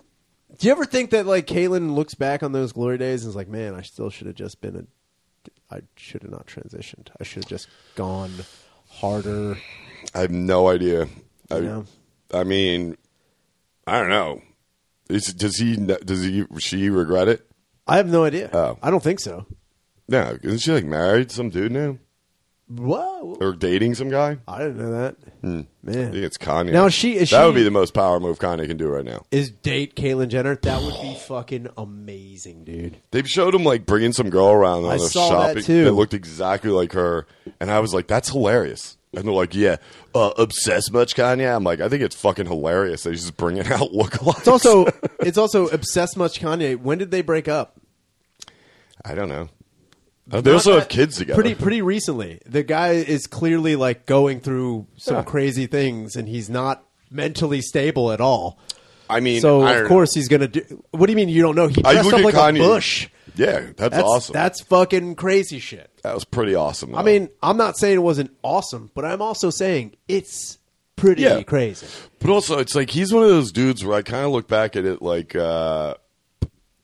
Speaker 2: do you ever think that like Caitlyn looks back on those glory days and is like, "Man, I still should have just been a. I should have not transitioned. I should have just gone harder."
Speaker 1: I have no idea. I,
Speaker 2: Yeah.
Speaker 1: I mean, I don't know. Is, does he? Does he? She regret it?
Speaker 2: I have no idea.
Speaker 1: Oh.
Speaker 2: I don't think so.
Speaker 1: No, isn't she like married to some dude now
Speaker 2: Whoa!
Speaker 1: or dating some guy?
Speaker 2: I didn't know that.
Speaker 1: Hmm. I think
Speaker 2: Man,
Speaker 1: it's Kanye.
Speaker 2: Now, is she- is
Speaker 1: that
Speaker 2: she-
Speaker 1: would be the most power move Kanye can do right now.
Speaker 2: is date Caitlyn Jenner? That would be fucking amazing, dude.
Speaker 1: They've showed him like bringing some girl around on
Speaker 2: I
Speaker 1: a
Speaker 2: saw that,
Speaker 1: shopping
Speaker 2: too.
Speaker 1: that looked exactly like her, and I was like, "That's hilarious." And they're like, "Yeah, uh, obsessed much, Kanye?" I'm like, "I think it's fucking hilarious." They just bringing out lookalikes.
Speaker 2: It's also it's also obsessed much Kanye. When did they break up?
Speaker 1: I don't know. They also
Speaker 2: Not
Speaker 1: have
Speaker 2: that-
Speaker 1: kids together.
Speaker 2: Pretty pretty recently. The guy is clearly like going through some
Speaker 1: Yeah.
Speaker 2: crazy things and he's not mentally stable at all.
Speaker 1: I mean,
Speaker 2: so
Speaker 1: I
Speaker 2: of
Speaker 1: don't
Speaker 2: course he's gonna do what do you mean you don't know? He
Speaker 1: know. I
Speaker 2: dressed
Speaker 1: look
Speaker 2: up
Speaker 1: at
Speaker 2: like
Speaker 1: Kanye.
Speaker 2: a bush.
Speaker 1: Yeah, that's,
Speaker 2: That's
Speaker 1: awesome. Oh.
Speaker 2: That's fucking crazy shit.
Speaker 1: that was pretty awesome.
Speaker 2: I
Speaker 1: though.
Speaker 2: mean, I'm not saying it wasn't awesome, but I'm also saying it's pretty
Speaker 1: Yeah.
Speaker 2: crazy.
Speaker 1: but also it's like he's one of those dudes where I kind of look back at it like uh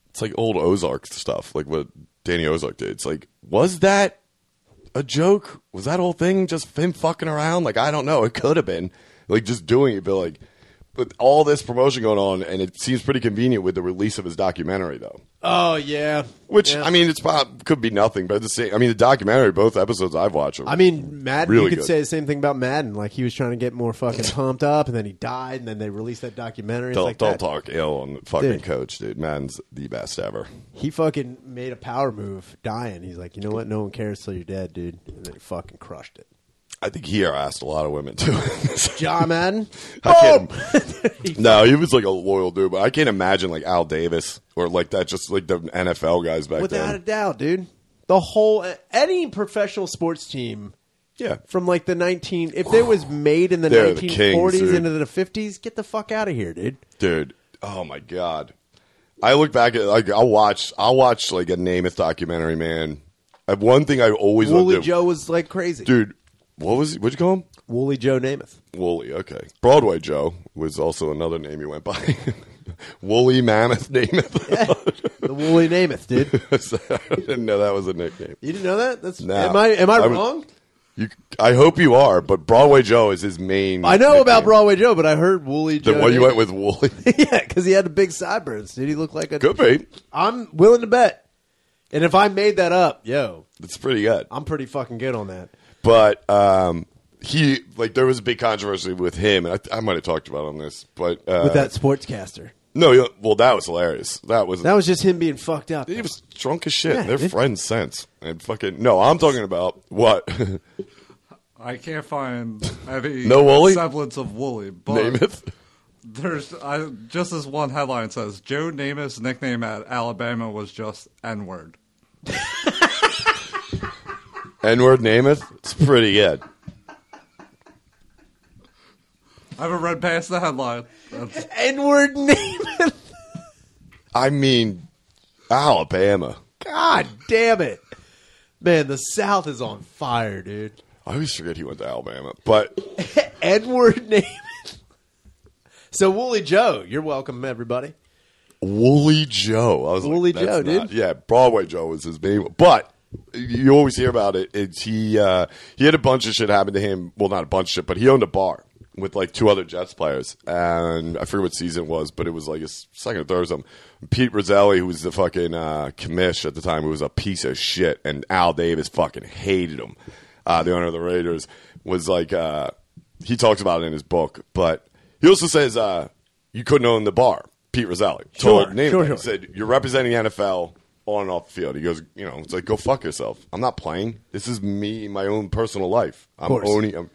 Speaker 1: it's like old Ozark stuff, like what Danny Ozark did. It's like was that a joke? Was that whole thing just him fucking around? Like I don't know. It could have been like just doing it, but like with all this promotion going on, and it seems pretty convenient with the release of his documentary though.
Speaker 2: Oh yeah.
Speaker 1: Which
Speaker 2: Yeah.
Speaker 1: I mean, it's prob- could be nothing, but at the same, I mean, the documentary, both episodes I've watched. Are,
Speaker 2: I mean, Madden.
Speaker 1: Really
Speaker 2: you could
Speaker 1: good.
Speaker 2: say the same thing about Madden. Like he was trying to get more fucking pumped up, and then he died, and then they released that documentary. It's
Speaker 1: don't,
Speaker 2: like
Speaker 1: don't
Speaker 2: that-
Speaker 1: talk ill on the fucking
Speaker 2: Dude.
Speaker 1: coach, dude. Man's the best ever.
Speaker 2: He fucking made a power move, dying. He's like, you know what? No one cares till you're dead, dude. And then he fucking crushed it.
Speaker 1: I think he harassed a lot of women too.
Speaker 2: John Madden. Oh,
Speaker 1: I can't, no, he was like a loyal dude, but I can't imagine like Al Davis or like that, just like the NFL guys back
Speaker 2: Without a
Speaker 1: then.
Speaker 2: doubt, dude. The whole any professional sports team
Speaker 1: yeah,
Speaker 2: from like the 19 if they was made in the
Speaker 1: They're the
Speaker 2: 1940s
Speaker 1: kings, dude.
Speaker 2: into the 50s, get the fuck out of here, dude.
Speaker 1: dude. Oh my god. I look back at like I'll watch I'll watch like a Namath documentary, man. I, one thing I always wanted
Speaker 2: Wooly
Speaker 1: to do-
Speaker 2: Joe was like crazy.
Speaker 1: dude. What was what'd you call him?
Speaker 2: Wooly Joe Namath.
Speaker 1: Wooly, okay. Broadway Joe was also another name you went by. Wooly Mammoth Namath.
Speaker 2: The Wooly Namath, dude.
Speaker 1: I didn't know that was a nickname.
Speaker 2: You didn't know that? That's
Speaker 1: No.
Speaker 2: Am I am I,
Speaker 1: I was-
Speaker 2: wrong?
Speaker 1: You, I hope you are, but Broadway Joe is his main.
Speaker 2: I know about
Speaker 1: nickname.
Speaker 2: Broadway Joe, but I heard Wooly Joe.
Speaker 1: The one you went
Speaker 2: Namath.
Speaker 1: with Wooly.
Speaker 2: yeah, because he had the big sideburns, dude. He looked like a.
Speaker 1: Could be.
Speaker 2: I'm willing to bet. And if I made that up, yo,
Speaker 1: It's pretty good.
Speaker 2: I'm pretty fucking good on that.
Speaker 1: But um, he like there was a big controversy with him, and I, I might have talked about it on this, but uh,
Speaker 2: With that sportscaster,
Speaker 1: no, you- well that was hilarious. That was
Speaker 2: that was just him being fucked up.
Speaker 1: he was drunk as shit.
Speaker 2: Yeah,
Speaker 1: They're
Speaker 2: dude.
Speaker 1: friends since, and fucking no, I'm talking about what
Speaker 3: I can't find any
Speaker 1: No Wooly?
Speaker 3: semblance of Wooly. But
Speaker 1: Namath.
Speaker 3: There's I, just this one headline says Joe Namath's nickname at Alabama was just N word.
Speaker 1: N word Namath. It's pretty good.
Speaker 3: I haven't read past the headline. That's,
Speaker 2: N-word Namath.
Speaker 1: I mean, Alabama.
Speaker 2: God damn it, Man, the South is on fire, dude.
Speaker 1: I always forget he went to Alabama, but
Speaker 2: Edward Naaman. So Wooly Joe, you're welcome, everybody.
Speaker 1: Woolly Joe. I was
Speaker 2: Woolly
Speaker 1: like,
Speaker 2: Joe,
Speaker 1: "That's not-
Speaker 2: dude."
Speaker 1: Yeah, Broadway Joe was his name, but you always hear about it. It's he uh, he had a bunch of shit happen to him. Well, not a bunch of shit, but he owned a bar with like two other Jets players, and I forget what season it was, but it was like his second or third or something. Pete Roselli, who was the fucking uh, commish at the time, who was a piece of shit, and Al Davis fucking hated him. Uh, the owner of the Raiders was like uh, he talks about it in his book, but he also says uh, you couldn't own the bar. Pete Roselli told
Speaker 2: Sure,
Speaker 1: Namath,
Speaker 2: sure,
Speaker 1: he
Speaker 2: sure.
Speaker 1: said, "You're representing the NFL on and off the field." He goes, "You know, it's like go fuck yourself. I'm not playing. This is me, in my own personal life. I'm
Speaker 2: course.
Speaker 1: owning. I'm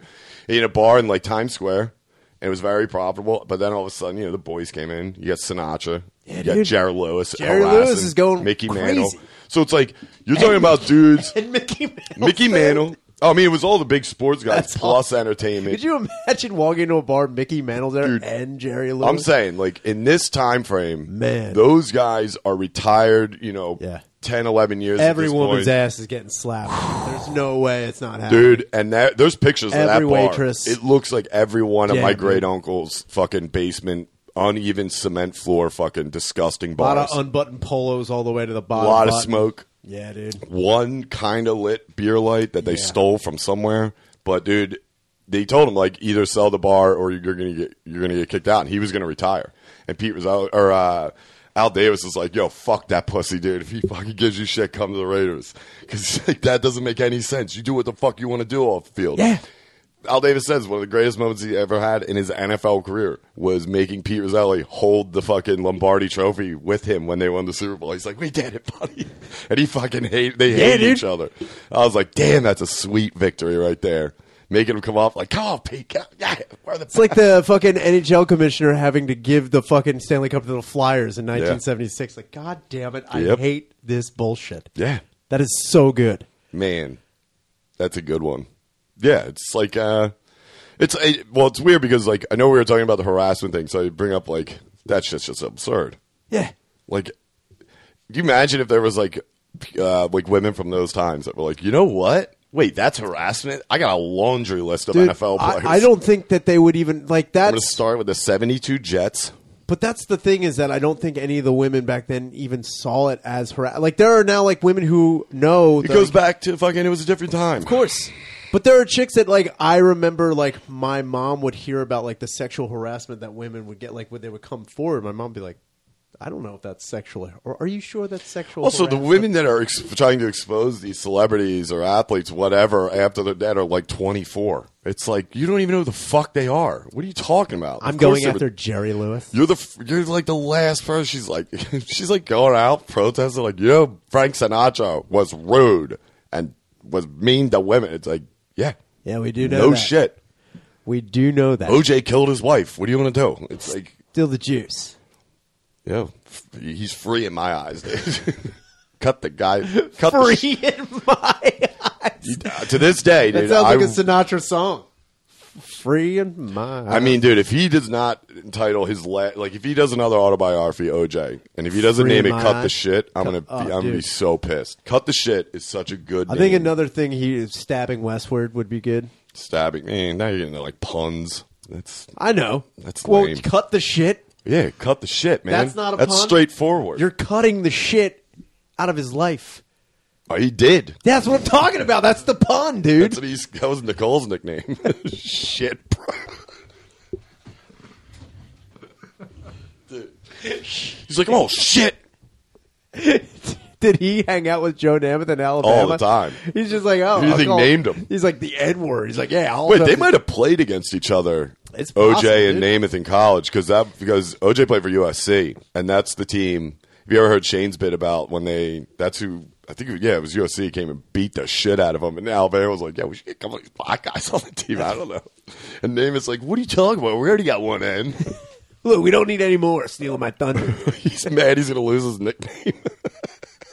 Speaker 1: in a bar in like Times Square. And it was very profitable, but then all of a sudden, you know, the boys came in. You got Sinatra, you got
Speaker 2: dude.
Speaker 1: Jerry Lewis,
Speaker 2: Jerry
Speaker 1: harassing
Speaker 2: Lewis is going
Speaker 1: Mickey Mantle.
Speaker 2: crazy.
Speaker 1: So it's like you're talking about dudes,
Speaker 2: And Mickey Mantle.
Speaker 1: Mickey Mantle. Oh, I mean, it was all the big sports guys
Speaker 2: That's
Speaker 1: plus
Speaker 2: Could
Speaker 1: entertainment.
Speaker 2: you imagine walking into a bar, Mickey Mantle there,
Speaker 1: Dude,
Speaker 2: and Jerry Lewis?
Speaker 1: I'm saying, like in this time frame,
Speaker 2: Man.
Speaker 1: those guys are retired. You know,
Speaker 2: Yeah.
Speaker 1: 10, 11 years. at
Speaker 2: every
Speaker 1: this
Speaker 2: woman's
Speaker 1: point.
Speaker 2: ass is getting slapped. There's no way it's not happening.
Speaker 1: dude. And that there's pictures of
Speaker 2: Every
Speaker 1: that bar.
Speaker 2: waitress.
Speaker 1: It looks like every one of
Speaker 2: Yeah,
Speaker 1: my
Speaker 2: dude.
Speaker 1: great uncle's fucking basement, uneven cement floor, fucking disgusting
Speaker 2: a lot
Speaker 1: bars.
Speaker 2: of unbuttoned polos all the way to the
Speaker 1: a
Speaker 2: bottom.
Speaker 1: lot of
Speaker 2: button.
Speaker 1: smoke.
Speaker 2: Yeah, dude.
Speaker 1: one kind of lit beer light that they
Speaker 2: Yeah.
Speaker 1: stole from somewhere. But dude, they told him like either sell the bar or you're gonna get you're gonna get kicked out. And he was gonna retire. And Pete was out or uh, Al Davis was like, "Yo, fuck that pussy, dude. If he fucking gives you shit, come to the Raiders because like, that doesn't make any sense. You do what the fuck you want to do off the field."
Speaker 2: Yeah.
Speaker 1: Al Davis says one of the greatest moments he ever had in his NFL career was making Pete Roselli hold the fucking Lombardi Trophy with him when they won the Super Bowl. He's like, "We did it, buddy," and he fucking hate they
Speaker 2: Yeah,
Speaker 1: hate
Speaker 2: dude.
Speaker 1: each other. I was like, "Damn, that's a sweet victory right there." Making him come off like, "Come on, Pete, come- yeah, we're the
Speaker 2: It's like the fucking NHL commissioner having to give the fucking Stanley Cup to the Flyers in 1976. Like, god damn it, I
Speaker 1: Yep.
Speaker 2: hate this bullshit.
Speaker 1: yeah,
Speaker 2: That is so good.
Speaker 1: man, that's a good one." Yeah, it's like, uh, it's it, well, it's weird because like I know we were talking about the harassment thing, so I bring up like that shit's just absurd.
Speaker 2: Yeah.
Speaker 1: Like, do you imagine if there was like, uh, like women from those times that were like, you know what? Wait, that's harassment. I got a laundry list of
Speaker 2: Dude,
Speaker 1: NFL
Speaker 2: I-
Speaker 1: players.
Speaker 2: I, don't think that they would even like
Speaker 1: I'm going to
Speaker 2: that's
Speaker 1: start with the seventy-two Jets.
Speaker 2: But that's the thing is that I don't think any of the women back then even saw it as harass. Like there are now like women who know
Speaker 1: It
Speaker 2: the-
Speaker 1: goes back to fucking. It was a different time.
Speaker 2: of course. But there are chicks that like I remember like my mom would hear about like the sexual harassment that women would get like when they would come forward. My mom would be like, I don't know if that's sexual or are you sure that's sexual?
Speaker 1: Also, the
Speaker 2: harassment?
Speaker 1: women that are ex- trying to expose these celebrities or athletes, whatever, after they're dead, are like twenty-four. It's like you don't even know who the fuck they are. What are you talking about?
Speaker 2: I'm
Speaker 1: Of course
Speaker 2: going
Speaker 1: they were
Speaker 2: after Jerry Lewis.
Speaker 1: You're the f- you're like the last person. She's like she's like going out protesting like yo Frank Sinatra was rude and was mean to women. It's like yeah,
Speaker 2: Yeah, we do know
Speaker 1: no
Speaker 2: that.
Speaker 1: shit.
Speaker 2: We do know that.
Speaker 1: OJ killed his wife. What do you want to do? It's like
Speaker 2: Still the juice.
Speaker 1: yo, f- he's free in my eyes. dude. cut the guy. Cut The sh-
Speaker 2: Free in my eyes.
Speaker 1: to this day,
Speaker 2: That
Speaker 1: dude.
Speaker 2: sounds like
Speaker 1: I-
Speaker 2: a Sinatra song. Free in my
Speaker 1: I mean, dude, if he does not entitle his la- like, if he does another autobiography, OJ, and if he doesn't
Speaker 2: Free
Speaker 1: name it,
Speaker 2: my
Speaker 1: cut the
Speaker 2: eyes.
Speaker 1: shit. I'm gonna,
Speaker 2: Cut-
Speaker 1: be,
Speaker 2: oh,
Speaker 1: I'm gonna be
Speaker 2: dude.
Speaker 1: so pissed. Cut the shit is such a good.
Speaker 2: I think
Speaker 1: name.
Speaker 2: another thing he stabbing westward would be good.
Speaker 1: stabbing. Man, now you're getting into like puns. That's
Speaker 2: I know.
Speaker 1: That's
Speaker 2: well,
Speaker 1: lame.
Speaker 2: cut the shit.
Speaker 1: yeah, cut the shit, man.
Speaker 2: That's not a
Speaker 1: That's
Speaker 2: pun.
Speaker 1: straightforward.
Speaker 2: You're cutting the shit out of his life.
Speaker 1: Oh, he did.
Speaker 2: That's what I'm talking about. That's the pun, dude.
Speaker 1: That's what he's, that was Nicole's nickname. shit, bro. Dude. He's like, oh shit.
Speaker 2: Did he hang out with Joe Namath in Alabama
Speaker 1: All the time.
Speaker 2: He's just like, oh,
Speaker 1: Who do you
Speaker 2: I'll
Speaker 1: think
Speaker 2: call-
Speaker 1: named him?
Speaker 2: He's like the N word. He's like, yeah, I'll
Speaker 1: Wait, they might have played against each other.
Speaker 2: It's
Speaker 1: OJ
Speaker 2: possible,
Speaker 1: and
Speaker 2: dude.
Speaker 1: Namath in college because that because OJ played for USC and that's the team. Have you ever heard Shane's bit about when they? That's who I think. it was- Yeah, it was USC came and beat the shit out of them, and Alabama was like, "Yeah, we should get a couple of these black guys on the team." I don't know. And Namath's like, "What are you talking about? We already got one in."
Speaker 2: Look, we don't need any more stealing my thunder.
Speaker 1: he's mad. He's gonna lose his nickname.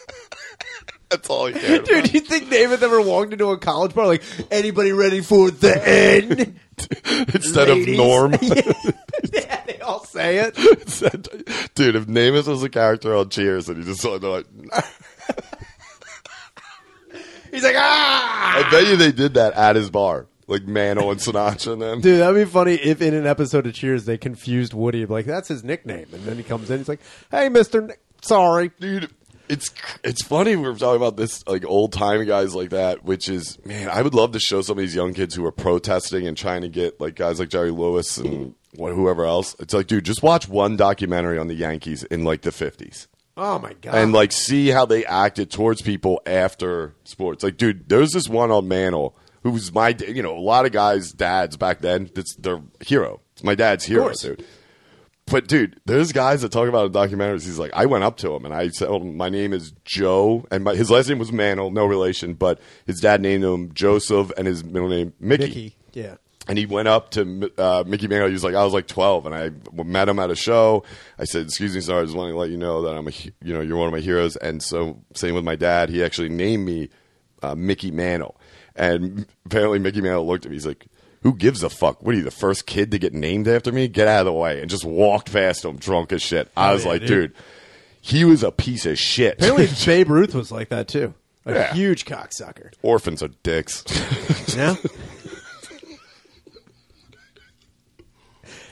Speaker 1: that's all he cared about.
Speaker 2: Dude, you think David ever walked into a college bar like anybody ready for the end?
Speaker 1: Instead
Speaker 2: ladies?"
Speaker 1: of Norm.
Speaker 2: yeah, they all say it.
Speaker 1: said, dude, if Namath was a character on Cheers and he just like,
Speaker 2: He's He's like, ah!
Speaker 1: I bet you they did that at his bar, like Mano and Sinatra and them.
Speaker 2: Dude, that'd be funny if in an episode of Cheers they confused Woody, like that's his nickname, and then he comes in, he's like, "Hey, Mister, Nick sorry."
Speaker 1: dude it's it's funny we were talking about this like old time guys like that which is man i would love to show some of these young kids who are protesting and trying to get like guys like jerry lewis and wh- whoever else it's like dude just watch one documentary on the yankees in like the 50s
Speaker 2: Oh my god!
Speaker 1: and like see how they acted towards people after sports like dude there's this one on mantle who's my da- you know a lot of guys dads back then that's their hero it's my dad's hero
Speaker 2: course.
Speaker 1: dude but dude, there's guys that talk about in documentaries. He's like, I went up to him and I told him my name is Joe, and my, his last name was Mantle, no relation, but his dad named him Joseph and his middle name Mickey.
Speaker 2: Mickey, yeah.
Speaker 1: And he went up to uh, Mickey Mantle. He was like, I was like 12, and I met him at a show. I said, "Excuse me, sir. I just want to let you know that I'm a, he- you know, you're one of my heroes." And so, same with my dad. He actually named me uh, Mickey Mantle. And apparently, Mickey Mantle looked at me. He's like, "Who gives a fuck? What are you, the first kid to get named after me? Get out of the way!" And just walked past him, drunk as shit. I was
Speaker 2: Oh, yeah,
Speaker 1: like,
Speaker 2: dude.
Speaker 1: dude. he was a piece of shit."
Speaker 2: Apparently, Babe Ruth was like that too. A
Speaker 1: Yeah.
Speaker 2: huge cocksucker.
Speaker 1: orphans are dicks.
Speaker 2: Yeah.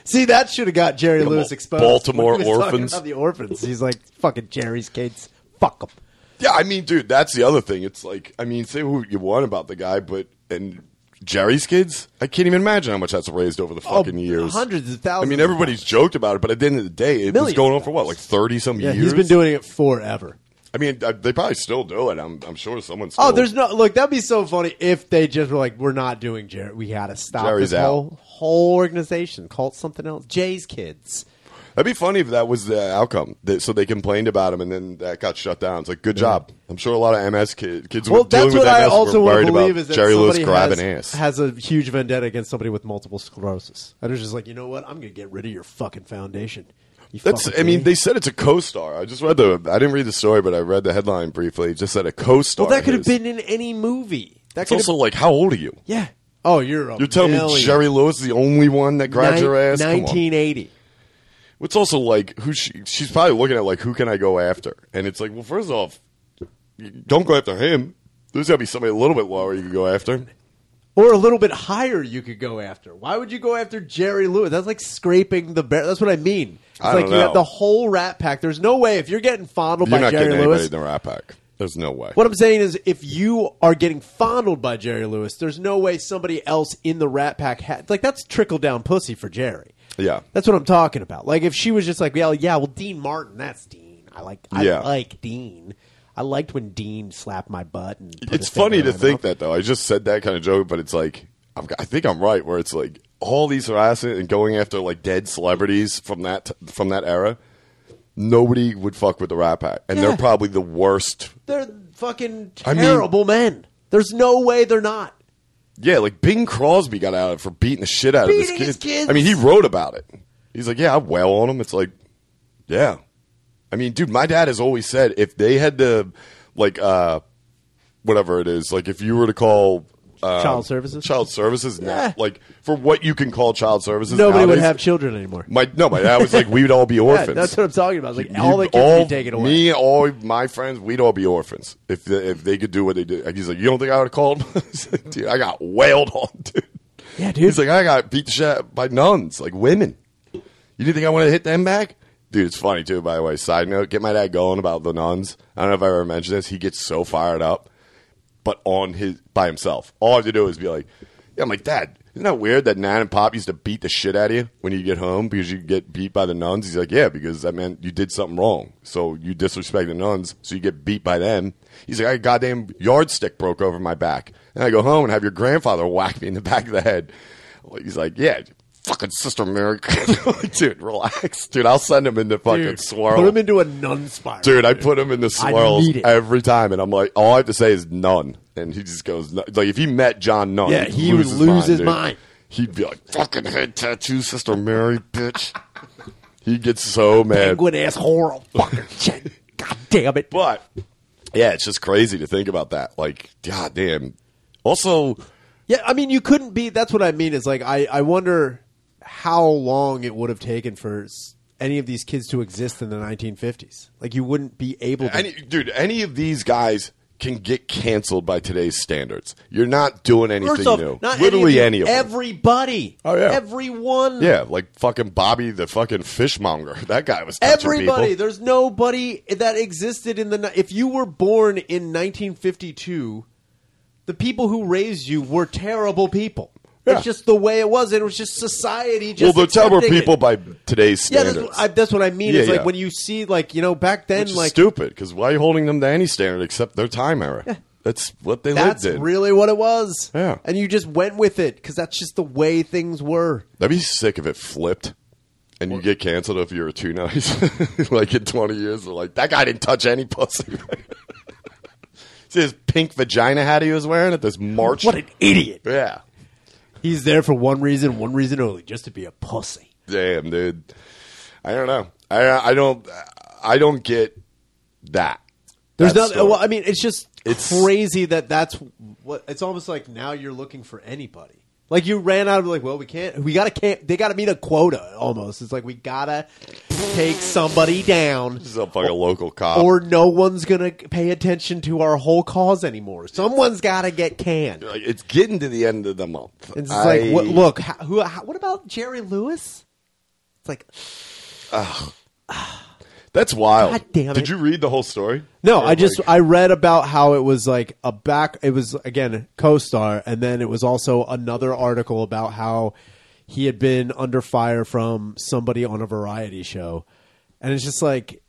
Speaker 2: See, that should have got Jerry
Speaker 1: Come
Speaker 2: Lewis
Speaker 1: on,
Speaker 2: exposed.
Speaker 1: Baltimore
Speaker 2: When he was talking
Speaker 1: orphans.
Speaker 2: about the orphans. He's like, fucking Jerry's kids. Fuck them.
Speaker 1: Yeah, I mean, dude, that's the other thing. It's like, I mean, say who you want about the guy, but and Jerry's kids, I can't even imagine how much that's raised over the fucking years.
Speaker 2: Oh, hundreds of
Speaker 1: I
Speaker 2: thousands.
Speaker 1: mean, everybody's joked about it, but at the end of the day, it was
Speaker 2: Millions
Speaker 1: going on
Speaker 2: of
Speaker 1: for what, like thirty some
Speaker 2: Yeah,
Speaker 1: years.
Speaker 2: he's been doing it forever.
Speaker 1: I mean, I- they probably still do it. I'm, I'm sure someone's.
Speaker 2: Oh, there's no look. That'd be so funny if they just were like, "We're not doing Jerry. We gotta stop
Speaker 1: Jerry's
Speaker 2: this
Speaker 1: out.
Speaker 2: whole whole organization. Call it something else. Jay's kids.
Speaker 1: That'd be funny if that was the outcome. That- so they complained about him, and then that got shut down. It's like, good job. I'm sure a lot of MS kids, kids
Speaker 2: Well,
Speaker 1: were dealing
Speaker 2: that's what
Speaker 1: with
Speaker 2: I
Speaker 1: MS
Speaker 2: also
Speaker 1: were
Speaker 2: want
Speaker 1: worried
Speaker 2: to believe
Speaker 1: about
Speaker 2: is that
Speaker 1: Jerry Lewis
Speaker 2: somebody
Speaker 1: grabbing ass.
Speaker 2: has, has a huge vendetta against somebody with multiple sclerosis. And it's just like, you know what? I'm gonna get rid of your fucking foundation. You
Speaker 1: That's.
Speaker 2: fucking
Speaker 1: I mean,
Speaker 2: idiot.
Speaker 1: they said it's a co-star. I just read the. I didn't read the story, but I read the headline briefly. It just said a co-star.
Speaker 2: well, that could have
Speaker 1: is.
Speaker 2: been in any movie. That
Speaker 1: It's
Speaker 2: could
Speaker 1: also like, how old are you?
Speaker 2: yeah. Oh, you're a
Speaker 1: You're telling me
Speaker 2: million.
Speaker 1: Jerry Lewis is the only one that grabbed
Speaker 2: Nin-
Speaker 1: your ass? Come on.
Speaker 2: 1980.
Speaker 1: It's also like who she, she's probably looking at like who can I go after? And it's like, well, first off, you don't go after him. There's got to be somebody a little bit lower you can go after.
Speaker 2: Or a little bit higher, you could go after. Why would you go after Jerry Lewis? That's like scraping the bear. That's what I mean. It's
Speaker 1: I
Speaker 2: like
Speaker 1: don't
Speaker 2: you have
Speaker 1: know.
Speaker 2: the whole Rat Pack. There's no way if you're getting fondled
Speaker 1: You're
Speaker 2: by
Speaker 1: not
Speaker 2: Jerry
Speaker 1: getting
Speaker 2: Lewis.
Speaker 1: anybody in the Rat Pack. There's no way.
Speaker 2: What I'm saying is, if you are getting fondled by Jerry Lewis, there's no way somebody else in the Rat Pack had like that's trickle down pussy for Jerry.
Speaker 1: Yeah.
Speaker 2: that's what I'm talking about. Like if she was just like, yeah, yeah, well, Dean Martin, that's Dean. I like, I
Speaker 1: Yeah.
Speaker 2: like Dean. I liked when Dean slapped my butt. And put
Speaker 1: it's
Speaker 2: his finger
Speaker 1: funny
Speaker 2: in
Speaker 1: to
Speaker 2: my
Speaker 1: think
Speaker 2: mouth.
Speaker 1: that though. I just said that kind of joke, but it's like I'm, I think I'm right. Where it's like all these harassment and going after like dead celebrities from that from that era. Nobody would fuck with the Rat Pack, and
Speaker 2: Yeah.
Speaker 1: they're probably the worst.
Speaker 2: they're fucking
Speaker 1: I mean-
Speaker 2: terrible men. There's no way they're not.
Speaker 1: Yeah, like Bing Crosby got out of it for beating the shit out of this
Speaker 2: Beating
Speaker 1: kid.
Speaker 2: his kids.
Speaker 1: I mean, he wrote about it. He's like, "Yeah, I wail on him." It's like, yeah. I mean, dude, my dad has always said if they had to, like, uh, whatever it is, like if you were to call uh,
Speaker 2: Child services?
Speaker 1: child services, now,
Speaker 2: Yeah.
Speaker 1: like for what you can call child services,
Speaker 2: Nobody would
Speaker 1: nowadays,
Speaker 2: have children anymore.
Speaker 1: My no, my dad was like, we would all be
Speaker 2: Yeah,
Speaker 1: orphans.
Speaker 2: that's what I'm talking about. Like all
Speaker 1: You-
Speaker 2: the kids would be taken away.
Speaker 1: Me and all my friends, we'd all be orphans if the, if they could do what they did. Like, He's like, you don't think I would have called? I said, dude, I got wailed on, dude.
Speaker 2: yeah, dude.
Speaker 1: He's like, I got beat the shit out by nuns, like women. You didn't think I want to hit them back? Dude, it's funny too. By the way, side note, get my dad going about the nuns. I don't know if I ever mentioned this. He gets so fired up, but on his by himself. All I have to do is be like, "Yeah, I'm like, Dad, isn't that weird that Nan and Pop used to beat the shit out of you when you get home because you get beat by the nuns?" He's like, "Yeah, because that meant you did something wrong, so you disrespect the nuns, so you get beat by them." He's like, "I got a goddamn yardstick broke over my back, and I go home and have your grandfather whack me in the back of the head." Well, He's like, "Yeah." Fucking sister Mary, Like, dude, relax, dude. I'll send him into fucking
Speaker 2: Dude,
Speaker 1: swirl
Speaker 2: Put him into a nun spiral.
Speaker 1: dude, I put him in the
Speaker 2: I
Speaker 1: swirls
Speaker 2: need it.
Speaker 1: every time, and I'm like, all I have to say is none, and he just goes nu- like, if he met John Nunn,
Speaker 2: Yeah,
Speaker 1: he'd
Speaker 2: he would lose his
Speaker 1: dude.
Speaker 2: mind.
Speaker 1: He'd be like, "Fucking head tattoo, sister Mary, bitch." he gets so mad,
Speaker 2: penguin ass horror fucking shit. God damn it.
Speaker 1: but yeah, it's just crazy to think about that. Like, god damn. Also,
Speaker 2: Yeah, I mean, you couldn't be. That's what I mean. Is like, I, I wonder how long it would have taken for s- any of these kids to exist in the 1950s. Like, you wouldn't be able to.
Speaker 1: any dude, any of these guys can get canceled by today's standards. You're not doing anything
Speaker 2: First off,
Speaker 1: new.
Speaker 2: not
Speaker 1: Literally
Speaker 2: any
Speaker 1: any
Speaker 2: of,
Speaker 1: of,
Speaker 2: you.
Speaker 1: them.
Speaker 2: everybody.
Speaker 1: Oh, yeah.
Speaker 2: everyone.
Speaker 1: Yeah, like fucking Bobby the fucking fishmonger. That guy was touching
Speaker 2: Everybody,
Speaker 1: people.
Speaker 2: there's nobody that existed in the. ni- If you were born in 1952, the people who raised you were terrible people.
Speaker 1: Yeah.
Speaker 2: It's just the way it was. It was just society.
Speaker 1: Well,
Speaker 2: Just
Speaker 1: they're terrible
Speaker 2: accepting it.
Speaker 1: people by today's
Speaker 2: Yeah,
Speaker 1: standards.
Speaker 2: that's, what- I, that's what I mean.
Speaker 1: Yeah,
Speaker 2: it's
Speaker 1: yeah.
Speaker 2: like when you see, like you know, back then,
Speaker 1: Which is
Speaker 2: like
Speaker 1: stupid because why are you holding them to any standard except their time era? That's what they
Speaker 2: that's
Speaker 1: lived in.
Speaker 2: really what it was.
Speaker 1: Yeah.
Speaker 2: and you just went with it because that's just the way things were.
Speaker 1: That'd be sick if it flipped and you get canceled if you're too nice. like in 20 years, they're like, that guy didn't touch any pussy. See this pink vagina hat he was wearing at this march?
Speaker 2: What an idiot!
Speaker 1: yeah.
Speaker 2: He's there for one reason, one reason only, just to be a pussy.
Speaker 1: Damn, dude. I don't know. I, I don't I don't get that.
Speaker 2: There's
Speaker 1: That
Speaker 2: not. uh,
Speaker 1: story.
Speaker 2: Well, I mean, it's just
Speaker 1: It's-
Speaker 2: crazy that that's what. It's almost like now you're looking for anybody. Like you ran out of like, well, we can't. We gotta can't. They gotta meet a quota. Almost, it's like we gotta take somebody down,
Speaker 1: This is a fucking local cop.
Speaker 2: or no one's gonna pay attention to our whole cause anymore. Someone's gotta get canned.
Speaker 1: Like, it's getting to the end of the month.
Speaker 2: It's
Speaker 1: I-
Speaker 2: like, what, look, how, who? How, what about Jerry Lewis? It's like,
Speaker 1: That's wild.
Speaker 2: God damn
Speaker 1: Did
Speaker 2: it.
Speaker 1: you read the whole story?
Speaker 2: No,
Speaker 1: Or,
Speaker 2: I just
Speaker 1: like-
Speaker 2: I read about how it was like a back. It was again co-star, and then it was also another article about how he had been under fire from somebody on a variety show, and it's just like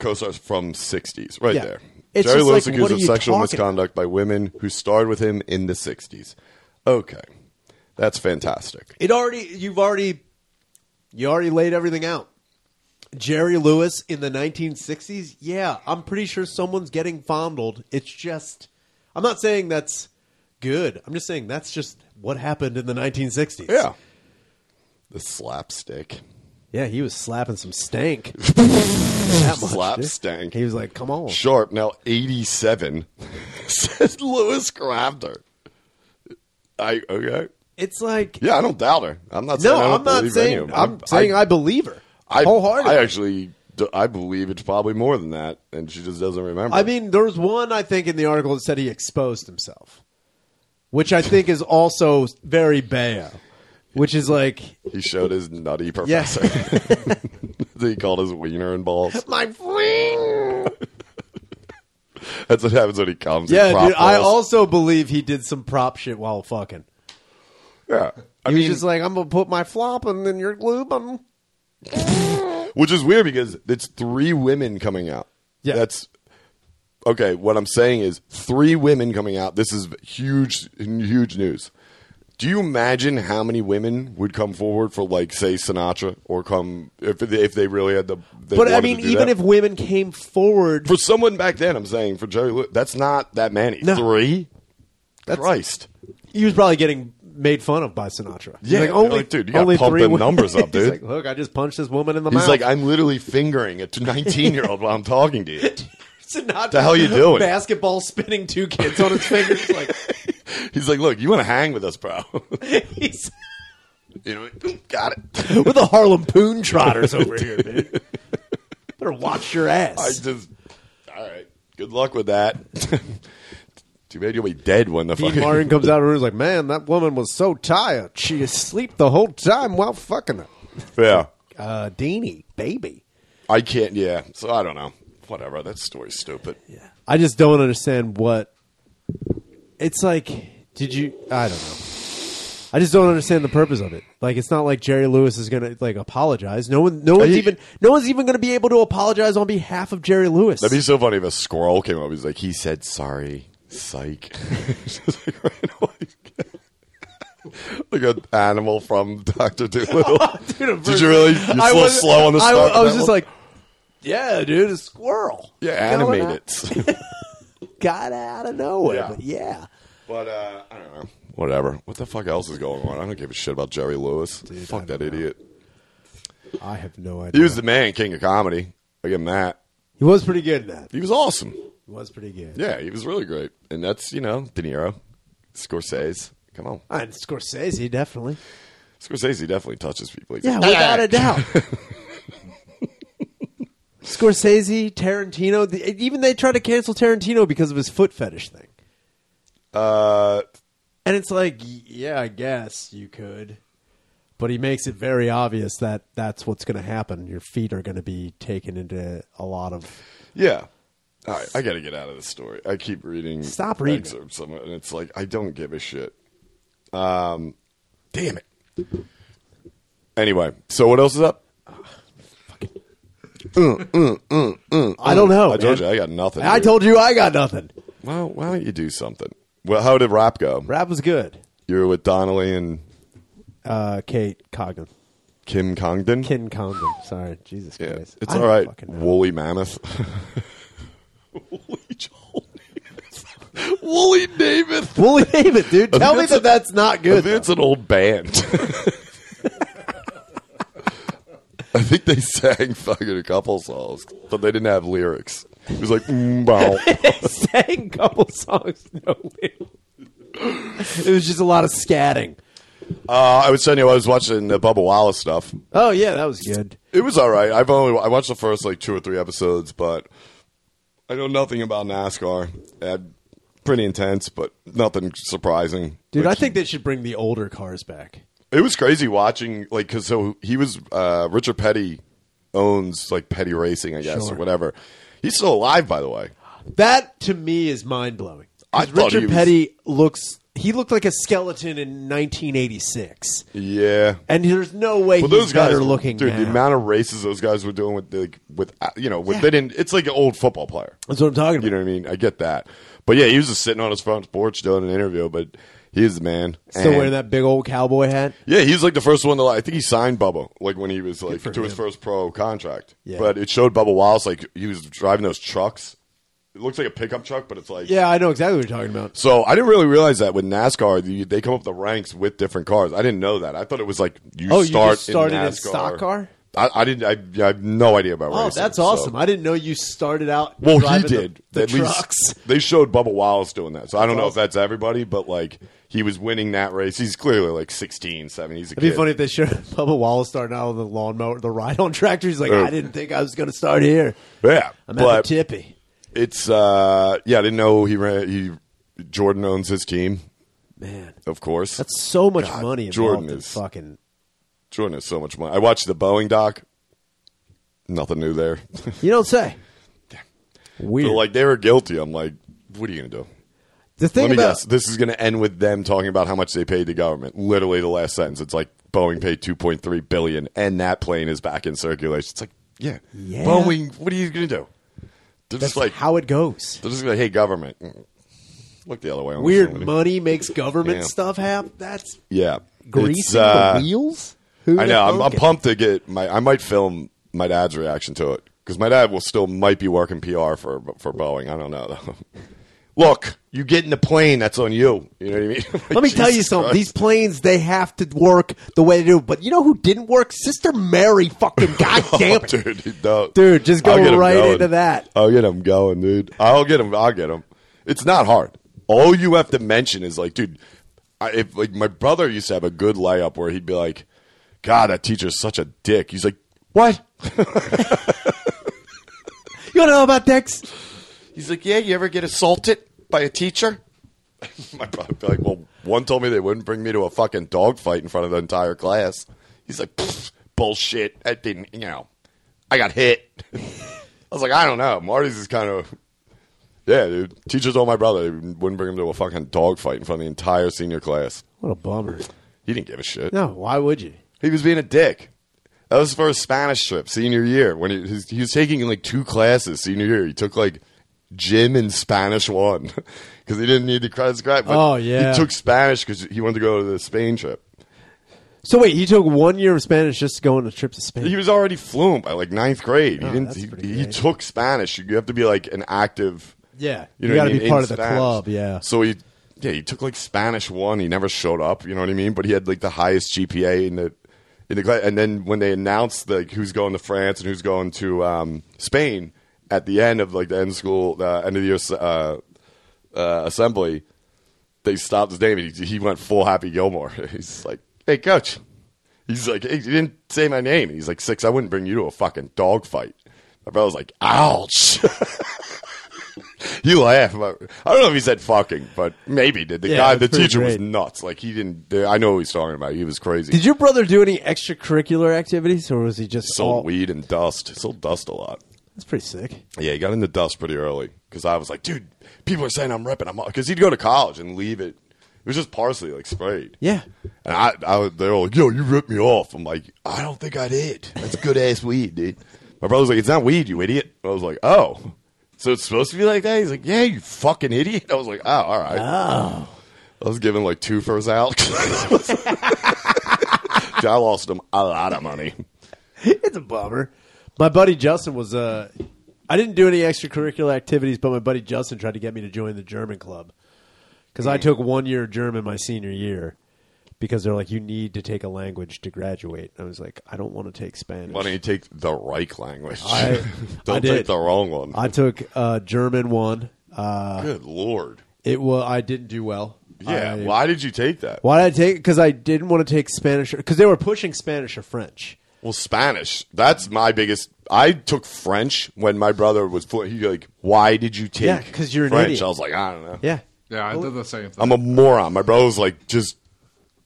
Speaker 1: co-stars from 60s right
Speaker 2: Yeah.
Speaker 1: there
Speaker 2: It's
Speaker 1: jerry
Speaker 2: just
Speaker 1: lewis
Speaker 2: like,
Speaker 1: accused
Speaker 2: what are
Speaker 1: of
Speaker 2: you
Speaker 1: sexual
Speaker 2: talking
Speaker 1: misconduct by women who starred with him in the 60s okay that's fantastic
Speaker 2: it already you've already you already laid everything out. Jerry Lewis in the 1960s. Yeah, I'm pretty sure someone's getting fondled. It's just I'm not saying that's good. I'm just saying that's just what happened in the 1960s.
Speaker 1: yeah the slapstick
Speaker 2: Yeah, he was slapping some stank.
Speaker 1: slap stank
Speaker 2: He was like, "Come on."
Speaker 1: sharp now 87 says lewis grabbed her i okay
Speaker 2: It's like
Speaker 1: yeah i don't doubt her i'm not saying
Speaker 2: no,
Speaker 1: I don't
Speaker 2: I'm not
Speaker 1: believe any of
Speaker 2: saying
Speaker 1: them.
Speaker 2: I'm saying I believe her
Speaker 1: I,
Speaker 2: wholeheartedly.
Speaker 1: I
Speaker 2: I,
Speaker 1: actually d- i believe it's probably more than that and she just doesn't remember
Speaker 2: mean, there was one I think in the article that said he exposed himself, which I think is also very Bayo, which is like
Speaker 1: He showed his nutty
Speaker 2: Yeah.
Speaker 1: professor. he called his wiener and balls.
Speaker 2: my fling.
Speaker 1: That's what happens when he comes.
Speaker 2: Yeah,
Speaker 1: he
Speaker 2: dude.
Speaker 1: prop
Speaker 2: I
Speaker 1: balls.
Speaker 2: also believe he did some prop shit while fucking.
Speaker 1: Yeah. I
Speaker 2: he
Speaker 1: mean,
Speaker 2: was just like, "I'm gonna put my flop and then you're lubing."
Speaker 1: which is weird because it's three women coming out.
Speaker 2: Yeah.
Speaker 1: That's okay. What I'm saying is three women coming out. This is huge, huge news. Do you imagine how many women would come forward for, like, say, Sinatra, or come if they, if they really had the? they
Speaker 2: But I
Speaker 1: wanted
Speaker 2: mean,
Speaker 1: to do
Speaker 2: even
Speaker 1: that?
Speaker 2: if women came forward,
Speaker 1: for someone back then, I'm saying for Jerry, Lew- that's not that many.
Speaker 2: No.
Speaker 1: Three,
Speaker 2: That's-
Speaker 1: Christ.
Speaker 2: he was probably getting made fun of by Sinatra. He's
Speaker 1: Yeah,
Speaker 2: like, only,
Speaker 1: like, dude, you gotta
Speaker 2: only
Speaker 1: pump
Speaker 2: three
Speaker 1: them
Speaker 2: women."
Speaker 1: numbers up,
Speaker 2: He's
Speaker 1: dude.
Speaker 2: like, Look, I just punched this woman in the
Speaker 1: He's
Speaker 2: mouth.
Speaker 1: like, I'm literally fingering a 19 year old while I'm talking to you.
Speaker 2: Sinatra,
Speaker 1: the hell you doing?
Speaker 2: Basketball spinning two kids on his fingers. Like
Speaker 1: He's like, look, you want to hang with us, bro?
Speaker 2: he's
Speaker 1: you know, got it.
Speaker 2: we're the Harlem Poon Trotters over here, dude. Better watch your
Speaker 1: I
Speaker 2: ass.
Speaker 1: just, all right. Good luck with that. Too bad you'll be dead when the
Speaker 2: Dean
Speaker 1: fucking.
Speaker 2: Martin comes out of the room. He's like, man, that woman was so tired. She asleep the whole time while fucking her.
Speaker 1: Yeah,
Speaker 2: Uh, Deanie, baby.
Speaker 1: I can't. Yeah, so I don't know. Whatever. That story's stupid.
Speaker 2: I just don't understand what it's like. Did you? I don't know. I just don't understand the purpose of it. Like, it's not like Jerry Lewis is gonna like apologize. No one, no one's
Speaker 1: you-
Speaker 2: even, no one's even gonna be able to apologize on behalf of Jerry Lewis.
Speaker 1: That'd be so funny if a squirrel came up. He's like, he said sorry, psych. Just like, right away. like an animal from Doctor Dolittle.
Speaker 2: Dude,
Speaker 1: Did you really? You're
Speaker 2: I
Speaker 1: so
Speaker 2: was-
Speaker 1: slow on the
Speaker 2: I,
Speaker 1: start.
Speaker 2: I
Speaker 1: with
Speaker 2: was
Speaker 1: that
Speaker 2: just
Speaker 1: one.
Speaker 2: like, yeah, dude, a squirrel.
Speaker 1: yeah,
Speaker 2: Going
Speaker 1: animate
Speaker 2: out-
Speaker 1: it.
Speaker 2: Got out of nowhere,
Speaker 1: Yeah.
Speaker 2: but yeah.
Speaker 1: but uh, I don't know. Whatever. What the fuck else is going on? I don't give a shit about Jerry Lewis.
Speaker 2: I
Speaker 1: fuck
Speaker 2: don't
Speaker 1: that
Speaker 2: know.
Speaker 1: idiot.
Speaker 2: I have no idea.
Speaker 1: He was the man, king of comedy. I give him that.
Speaker 2: He was pretty good in that.
Speaker 1: He was awesome.
Speaker 2: He was pretty good.
Speaker 1: Yeah, he was really great. And that's you know De Niro, Scorsese. Come on,
Speaker 2: And Scorsese definitely.
Speaker 1: Scorsese definitely touches people. He's
Speaker 2: Yeah,
Speaker 1: like,
Speaker 2: without a doubt. Scorsese, Tarantino. The, even they tried to cancel Tarantino because of his foot fetish thing.
Speaker 1: Uh,
Speaker 2: And it's like, yeah, I guess you could. But he makes it very obvious that that's what's going to happen. Your feet are going to be taken into a lot of.
Speaker 1: yeah. All right, I got to get out of this story. I keep reading.
Speaker 2: Stop reading.
Speaker 1: excerpts of it, and it's like I don't give a shit. Um, damn it. Anyway, so what else is up?
Speaker 2: I don't know.
Speaker 1: I told
Speaker 2: Oh, man.
Speaker 1: you I got nothing.
Speaker 2: I
Speaker 1: dude.
Speaker 2: told you I got nothing.
Speaker 1: Well, why don't you do something? Well, how did rap go?
Speaker 2: Rap was good.
Speaker 1: You were with Donnelly and
Speaker 2: Uh, Kate Coggan.
Speaker 1: Kim Congdon.
Speaker 2: Ken Condon. Sorry. Jesus
Speaker 1: yeah,
Speaker 2: Christ.
Speaker 1: it's
Speaker 2: I
Speaker 1: all
Speaker 2: don't
Speaker 1: right.
Speaker 2: fucking know.
Speaker 1: Woolly Mammoth. Woolly Joel. Woolly Davis.
Speaker 2: Wooly David, dude. Tell me
Speaker 1: Vince-
Speaker 2: that that's not
Speaker 1: I
Speaker 2: good.
Speaker 1: think it's an old band. I think they sang fucking a couple songs, but they didn't have lyrics. It was like, mm, bow.
Speaker 2: they sang a couple songs. No, it was just a lot of scatting.
Speaker 1: uh, I was telling you, I was watching the Bubba Wallace stuff.
Speaker 2: Oh yeah, that was good.
Speaker 1: It was all right. I've only I watched the first like two or three episodes, but I know nothing about NASCAR. Uh, pretty intense, but nothing surprising.
Speaker 2: Dude,
Speaker 1: Like,
Speaker 2: I think they should bring the older cars back.
Speaker 1: it was crazy watching like because so he was uh, Richard Petty owns like Petty Racing, I guess
Speaker 2: Sure.
Speaker 1: or whatever. He's still alive, by the way.
Speaker 2: That to me is mind blowing.
Speaker 1: I thought
Speaker 2: Richard
Speaker 1: he was-
Speaker 2: Petty looks he looked like a skeleton in 1986,
Speaker 1: Yeah.
Speaker 2: and there's no way
Speaker 1: Well,
Speaker 2: he's
Speaker 1: those guys
Speaker 2: better
Speaker 1: were-
Speaker 2: looking.
Speaker 1: dude. The
Speaker 2: now.
Speaker 1: amount of races those guys were doing with like with uh, you know with,
Speaker 2: Yeah.
Speaker 1: they didn't. It's like an old football player.
Speaker 2: That's what I'm talking about.
Speaker 1: You know what I mean? I get that. But yeah, he was just sitting on his front porch doing an interview, but he's the man.
Speaker 2: Still
Speaker 1: And-
Speaker 2: wearing that big old cowboy hat.
Speaker 1: Yeah, he was like the first one to like, I think he signed Bubba, like when he was like to
Speaker 2: for
Speaker 1: his
Speaker 2: him.
Speaker 1: first pro contract.
Speaker 2: Yeah.
Speaker 1: But it showed Bubba Wallace, like he was driving those trucks. It looks like a pickup truck, but it's like
Speaker 2: Yeah, I know exactly what you're talking about.
Speaker 1: So I didn't really realize that with NASCAR, the, they come up the ranks with different cars. I didn't know that. I thought it was like you
Speaker 2: Oh, you
Speaker 1: start
Speaker 2: just started
Speaker 1: in
Speaker 2: in
Speaker 1: NASCAR.
Speaker 2: stock car?
Speaker 1: I, I didn't. I, yeah, I have no idea about
Speaker 2: Oh,
Speaker 1: racing,
Speaker 2: that's
Speaker 1: so-
Speaker 2: awesome! I didn't know you started out.
Speaker 1: well, he
Speaker 2: driving the-
Speaker 1: did.
Speaker 2: the,
Speaker 1: At least
Speaker 2: trucks.
Speaker 1: they showed Bubba Wallace doing that. So I don't know if
Speaker 2: awesome.
Speaker 1: that's everybody, but like he was winning that race. He's clearly like 16, 17. He's a
Speaker 2: It'd be
Speaker 1: kid.
Speaker 2: funny if they showed Bubba Wallace starting out on the lawnmower, the ride on tractor. He's like,
Speaker 1: Yeah.
Speaker 2: I didn't think I was going to start here.
Speaker 1: Yeah,
Speaker 2: I'm at
Speaker 1: Oh. but
Speaker 2: the tippy.
Speaker 1: it's uh, yeah. I didn't know he ran. He Jordan owns his team,
Speaker 2: Man,
Speaker 1: of course.
Speaker 2: that's so much
Speaker 1: God,
Speaker 2: money involved
Speaker 1: Jordan
Speaker 2: in
Speaker 1: is-
Speaker 2: fucking.
Speaker 1: Jordan has so much money. I watched the Boeing doc. Nothing new there.
Speaker 2: You don't say. Weird.
Speaker 1: They're like they were guilty. I'm like, what are you gonna do?
Speaker 2: the
Speaker 1: Let
Speaker 2: thing
Speaker 1: me
Speaker 2: about
Speaker 1: guess. This is gonna end with them talking about how much they paid the government. Literally, the last sentence. It's like Boeing paid 2.3 billion, and that plane is back in circulation. It's like, yeah,
Speaker 2: Yeah.
Speaker 1: Boeing. What are you gonna do? They're
Speaker 2: that's
Speaker 1: just like,
Speaker 2: how it goes.
Speaker 1: they're just like, hey, government, mm, look the other way. on this
Speaker 2: Weird
Speaker 1: one.
Speaker 2: money makes government
Speaker 1: Yeah.
Speaker 2: stuff happen. That's
Speaker 1: Yeah, It's,
Speaker 2: greasing
Speaker 1: uh,
Speaker 2: the wheels. Who
Speaker 1: I
Speaker 2: the
Speaker 1: know. I'm,
Speaker 2: fuck
Speaker 1: I'm
Speaker 2: it?
Speaker 1: pumped to get my. I might film my dad's reaction to it because my dad will still might be working PR for for Boeing. I don't know though. Look, you get in the plane. That's on you. You know what I mean?
Speaker 2: Let me tell you
Speaker 1: Jesus
Speaker 2: something.
Speaker 1: Christ.
Speaker 2: These planes, they have to work the way they do. But you know who didn't work? Sister Mary. Fucking goddamn it,
Speaker 1: Oh, dude, no.
Speaker 2: Dude, just go
Speaker 1: I'll get 'em
Speaker 2: right
Speaker 1: going.
Speaker 2: into that.
Speaker 1: I'll get him going, dude. I'll get him. I'll get him. It's not hard. All you have to mention is like, dude, I, if like my brother used to have a good layup where he'd be like, God, that teacher's such a dick. He's like, what?
Speaker 2: You want to know about Dex?
Speaker 1: He's like, "Yeah, you ever get assaulted by a teacher?" My brother be like, "Well, one told me they wouldn't bring me to a fucking dog fight in front of the entire class." He's like, "Pfft, "Bullshit! That didn't, you know, I got hit." I was like, "I don't know." Marty's is kind of, yeah, dude. Teachers told my brother they wouldn't bring him to a fucking dog fight in front of the entire senior class.
Speaker 2: What a bummer.
Speaker 1: He didn't give a shit.
Speaker 2: No, why would you?
Speaker 1: He was being a dick. That was for his Spanish trip, senior year, when he, his, he was taking like two classes senior year. He took like gym and Spanish one because he didn't need the credits. Credit, but
Speaker 2: Oh, yeah.
Speaker 1: he took Spanish because he wanted to go to the Spain trip.
Speaker 2: So wait, he took one year of Spanish just to go on a trip to Spain.
Speaker 1: He was already fluent by like ninth grade.
Speaker 2: Oh,
Speaker 1: he didn't.
Speaker 2: that's pretty
Speaker 1: He, he
Speaker 2: great.
Speaker 1: took Spanish. You have to be like an active.
Speaker 2: yeah, you,
Speaker 1: You, know what
Speaker 2: got to
Speaker 1: I mean,
Speaker 2: be part
Speaker 1: in
Speaker 2: of the
Speaker 1: Spanish.
Speaker 2: club. Yeah,
Speaker 1: So he, yeah, he took like Spanish one. He never showed up. You know what I mean? But he had like the highest GPA in the in the class. And then when they announced like who's going to France and who's going to um, Spain at the end of like the end school uh, end of the year uh, uh, assembly, they stopped his name and he, he went full Happy Gilmore. He's like, "Hey, coach." He's like, "Hey, you didn't say my name." He's like, six, I wouldn't bring you to a fucking dogfight." My brother was like, ouch. you laugh. but- I don't know if he said fucking, but maybe did. The
Speaker 2: Yeah,
Speaker 1: guy,
Speaker 2: that's
Speaker 1: the
Speaker 2: pretty
Speaker 1: teacher was
Speaker 2: great.
Speaker 1: nuts. Like, he didn't, I know what he's talking about. He was crazy.
Speaker 2: Did your brother do any extracurricular activities, or was he just
Speaker 1: sold
Speaker 2: all?
Speaker 1: weed and dust. He sold dust a lot.
Speaker 2: That's pretty sick.
Speaker 1: Yeah, he got into dust pretty early because I was like, dude, people are saying I'm repping. I'm because he'd go to college and leave it. It was just parsley, like sprayed.
Speaker 2: Yeah.
Speaker 1: And I, I was- they were like, yo, you ripped me off. I'm like, I don't think I did. That's good ass weed, dude. My brother's like, it's not weed, you idiot. I was like, oh. So it's supposed to be like that? He's like, yeah, you fucking idiot. I was like, oh, all right. I was giving like two first out. Dude, I lost him a lot of money.
Speaker 2: it's a bummer. My buddy Justin was. Uh, I didn't do any extracurricular activities, but my buddy Justin tried to get me to join the German club because
Speaker 1: Hmm.
Speaker 2: I took one year of German my senior year because they're like, you need to take a language to graduate. And I was like, I don't want to take Spanish.
Speaker 1: Why don't you take the Reich language?
Speaker 2: I-
Speaker 1: don't
Speaker 2: I
Speaker 1: take
Speaker 2: did.
Speaker 1: the wrong one.
Speaker 2: I took uh, German one. Uh,
Speaker 1: Good lord.
Speaker 2: it was I didn't do well.
Speaker 1: Yeah.
Speaker 2: I-
Speaker 1: why did you take that?
Speaker 2: Why did I take? Because I didn't want to take Spanish because they were pushing Spanish or French.
Speaker 1: Well, Spanish. That's my biggest. I took French when my brother was fluent. He like, why did you take?
Speaker 2: Yeah, 'cause you're an
Speaker 1: French.
Speaker 2: idiot.
Speaker 1: I was like, I don't know.
Speaker 2: Yeah,
Speaker 3: Yeah, I did the same thing.
Speaker 1: I'm a moron. My brother was like, just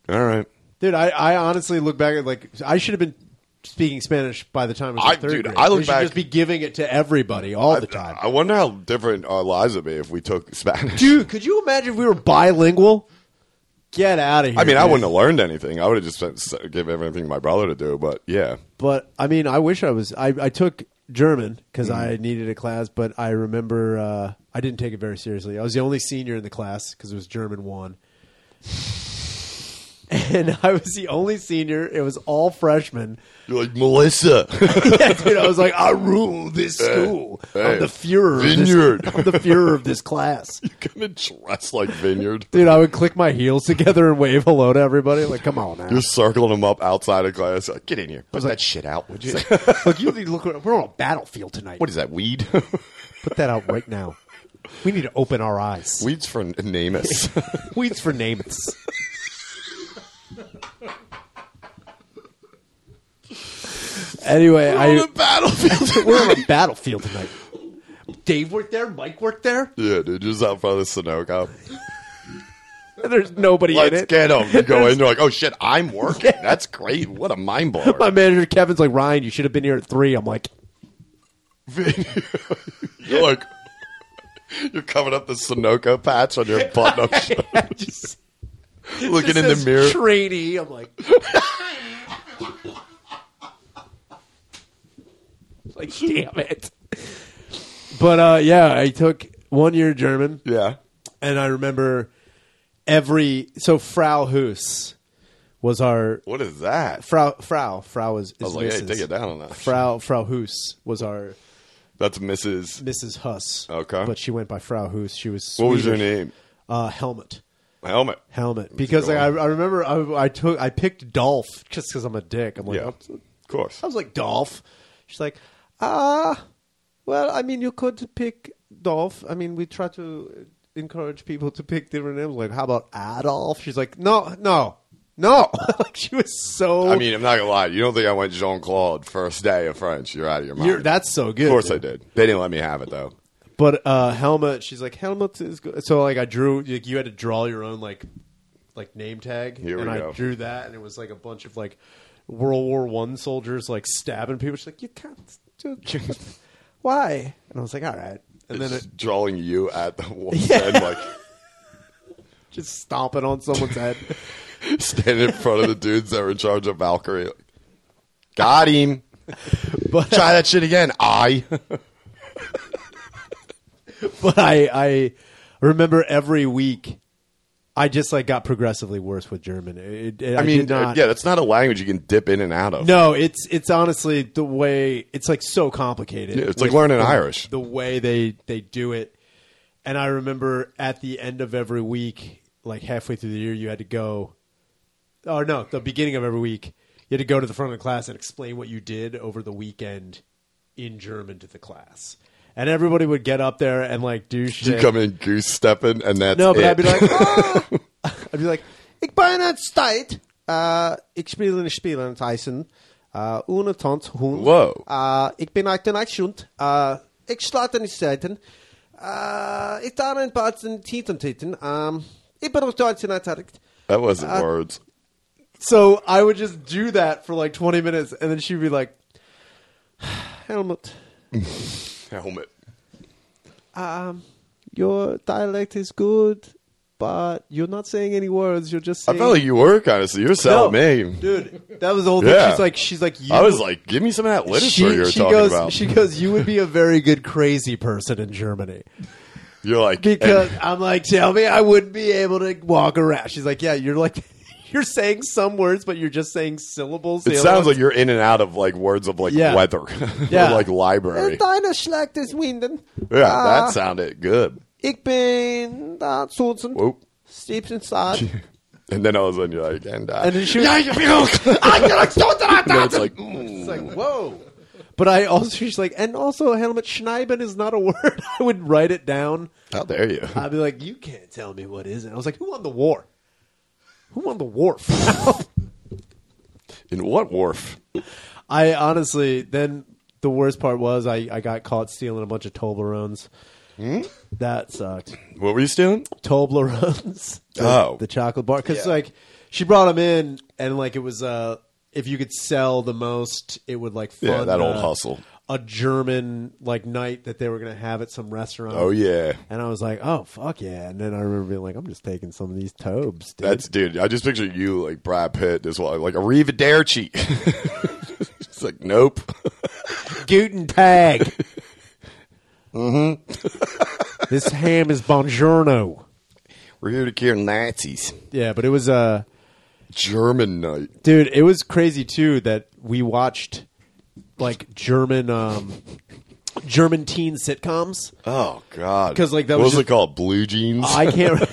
Speaker 1: all right.
Speaker 2: dude. I, I honestly look back at like I should have been speaking Spanish by the time I was in
Speaker 1: I-
Speaker 2: third
Speaker 1: dude,
Speaker 2: grade.
Speaker 1: I look
Speaker 2: They should
Speaker 1: back-
Speaker 2: just be giving it to everybody all the time.
Speaker 1: I wonder how different our lives would be if we took Spanish.
Speaker 2: dude, could you imagine if we were bilingual? Get out of here.
Speaker 1: I mean, I
Speaker 2: dude.
Speaker 1: wouldn't have learned anything. I would have just sent- give everything to my brother to do. But yeah,
Speaker 2: But I mean, I wish I was. I, I took German because
Speaker 1: Mm-hmm.
Speaker 2: I needed a class, but I remember uh, I didn't take it very seriously. I was the only senior in the class because it was German one. And I was the only senior. It was all freshmen.
Speaker 1: you're like Melissa.
Speaker 2: Yeah, dude, I was like, I rule this school.
Speaker 1: hey,
Speaker 2: I'm the Fuhrer. Of
Speaker 1: Vineyard.
Speaker 2: this, I'm the Fuhrer of this class.
Speaker 1: Gonna dress like Vineyard.
Speaker 2: Dude, I would click my heels together and wave hello to everybody. Like, come on, man.
Speaker 1: You're circling him up outside of class. Like, get in here. Put that
Speaker 2: like-
Speaker 1: shit out, would you?
Speaker 2: look, you look. We're on a battlefield tonight.
Speaker 1: what is that weed?
Speaker 2: Put that out right now. We need to open our eyes.
Speaker 1: Weeds for Namus.
Speaker 2: Weeds for Namaths. anyway,
Speaker 1: on the
Speaker 2: I,
Speaker 1: battlefield.
Speaker 2: we're on a battlefield tonight. Dave worked there. Mike worked there.
Speaker 1: yeah, dude, just out front of the Sunoco.
Speaker 2: There's nobody in
Speaker 1: Let's
Speaker 2: it.
Speaker 1: get them. You go in, you're like, oh shit, I'm working. That's great. What a mind
Speaker 2: My
Speaker 1: blower.
Speaker 2: manager Kevin's like Ryan. You should have been here at three. I'm like,
Speaker 1: you're like, you're covering up the Sunoco patch on your button up shirt,
Speaker 2: just
Speaker 1: looking
Speaker 2: just
Speaker 1: in the
Speaker 2: says
Speaker 1: mirror.
Speaker 2: Trainee. I'm like, like damn it. But uh, yeah, I took one year German.
Speaker 1: yeah.
Speaker 2: and I remember every so Frau Hus was our
Speaker 1: What is that?
Speaker 2: Frau Frau Frau is, is
Speaker 1: I was like, hey,
Speaker 2: Mrs.
Speaker 1: take it down on that.
Speaker 2: Frau Frau Hus was our
Speaker 1: That's Mrs.
Speaker 2: Mrs. Huss.
Speaker 1: Okay.
Speaker 2: but she went by Frau Hus. She was
Speaker 1: What was your
Speaker 2: Swedish.
Speaker 1: name?
Speaker 2: Uh, helmet.
Speaker 1: Helmet.
Speaker 2: Helmet, because like, I, I remember I, I took I picked Dolph just because I'm a dick. I'm like,
Speaker 1: Yeah, of course.
Speaker 2: I was like Dolph. She's like, ah, well, I mean, you could pick Dolph. I mean, we try to encourage people to pick different names. Like, how about Adolf? She's like, no, no, no. like, she was so.
Speaker 1: I mean, I'm not gonna lie. You don't think I went Jean Claude first day of French? You're out of your mind.
Speaker 2: You're, that's so good.
Speaker 1: of course I
Speaker 2: dude.
Speaker 1: did. They didn't let me have it though.
Speaker 2: But uh, helmet, she's like helmet is good. So like I drew, like you had to draw your own like like name tag,
Speaker 1: Here we
Speaker 2: and
Speaker 1: go.
Speaker 2: I drew that, and it was like a bunch of like World War One soldiers like stabbing people. She's like, you can't, do why? And I was like, all right, and then
Speaker 1: it's
Speaker 2: it
Speaker 1: just drawing you at the wolf's
Speaker 2: Yeah.
Speaker 1: head, like
Speaker 2: just stomping on someone's head.
Speaker 1: standing in front of the dudes that were in charge of Valkyrie. like, Got him.
Speaker 2: But uh,
Speaker 1: Try that shit again. I.
Speaker 2: but I I remember every week. I just like got progressively worse with German. It, it-
Speaker 1: I mean,
Speaker 2: did not,
Speaker 1: yeah, that's not a language you can dip in and out of.
Speaker 2: No, it's it's honestly the way it's like so complicated.
Speaker 1: Yeah, it's like
Speaker 2: with
Speaker 1: learning
Speaker 2: the-
Speaker 1: Irish.
Speaker 2: The way they they do it, and I remember at the end of every week, like halfway through the year, you had to go. Or no, the beginning of every week, you had to go to the front of the class and explain what you did over the weekend in German to the class, and everybody would get up there and like do shit.
Speaker 1: You come in goose stepping, and that's
Speaker 2: No, but
Speaker 1: it.
Speaker 2: I'd be like, "Ah." I'd be like, ich bin ein Zeit, uh, ich spiele in Spielen Tyson, Uh, ohne Tanzhund.
Speaker 1: Wow.
Speaker 2: Uh, ich bin ein Tanzhund. Uh, ich schlafe nicht selten. Uh, ich darf ein paar Titten titten. Um, ich bin auf Deutsch in
Speaker 1: That wasn't words.
Speaker 2: So I would just do that for like 20 minutes, and then she'd be like, Helmut,
Speaker 1: Helmet.
Speaker 2: um, your dialect is good, but you're not saying any words. You're just
Speaker 1: I
Speaker 2: saying.
Speaker 1: felt like you were kind of. So you're selling
Speaker 2: No,
Speaker 1: me.
Speaker 2: Dude, that was the whole thing.
Speaker 1: Yeah.
Speaker 2: She's like, she's like, you.
Speaker 1: I was like, give me some of that literature you were talking
Speaker 2: goes,
Speaker 1: about.
Speaker 2: She goes, you would be a very good crazy person in Germany.
Speaker 1: you're like,
Speaker 2: Because I'm like, tell me I wouldn't be able to walk around. She's like, yeah, you're like, you're saying some words, but you're just saying syllables.
Speaker 1: it sounds like you're in and out of like words of like
Speaker 2: Yeah.
Speaker 1: weather,
Speaker 2: Yeah.
Speaker 1: or like library.
Speaker 2: Deine Schlag des Winden.
Speaker 1: Yeah,
Speaker 2: Ah.
Speaker 1: that sounded good.
Speaker 2: Ich bin da Sulzen.
Speaker 1: Whoop.
Speaker 2: Steeps inside.
Speaker 1: And then all of a sudden you're like, and, uh,
Speaker 2: And then she-
Speaker 1: yeah, you feel- And then it's like,
Speaker 2: It's like, whoa. But I also, she's like, and also, Helmut Schneiden is not a word. I would write it down.
Speaker 1: how dare you?
Speaker 2: I'd be like, you can't tell me what is it. I was like, who won the war? Who won the war?
Speaker 1: In what wharf?
Speaker 2: I honestly, then the worst part was I, I got caught stealing a bunch of Toblerones.
Speaker 1: Hmm?
Speaker 2: That sucked.
Speaker 1: What were you stealing?
Speaker 2: Toblerones. The,
Speaker 1: Oh.
Speaker 2: the chocolate bar. Because
Speaker 1: Yeah.
Speaker 2: like she brought them in, and like it was uh, if you could sell the most, it would like fund
Speaker 1: Yeah, that old
Speaker 2: uh,
Speaker 1: hustle.
Speaker 2: A German like night that they were gonna have at some restaurant.
Speaker 1: Oh yeah,
Speaker 2: And I was like, oh fuck yeah! And then I remember being like, I'm just taking some of these tobes. Dude.
Speaker 1: that's dude. I just picture you like Brad Pitt as well, like arrivederci. it's like nope.
Speaker 2: Guten Tag. mm-hmm. this ham is Bongiorno.
Speaker 1: We're here to cure Nazis.
Speaker 2: Yeah, but it was uh
Speaker 1: German night.
Speaker 2: dude it was crazy too that we watched like german um german teen sitcoms
Speaker 1: Oh God!
Speaker 2: 'Cause, like, that
Speaker 1: what
Speaker 2: was
Speaker 1: was,
Speaker 2: just-
Speaker 1: it called? Blue jeans,
Speaker 2: i can't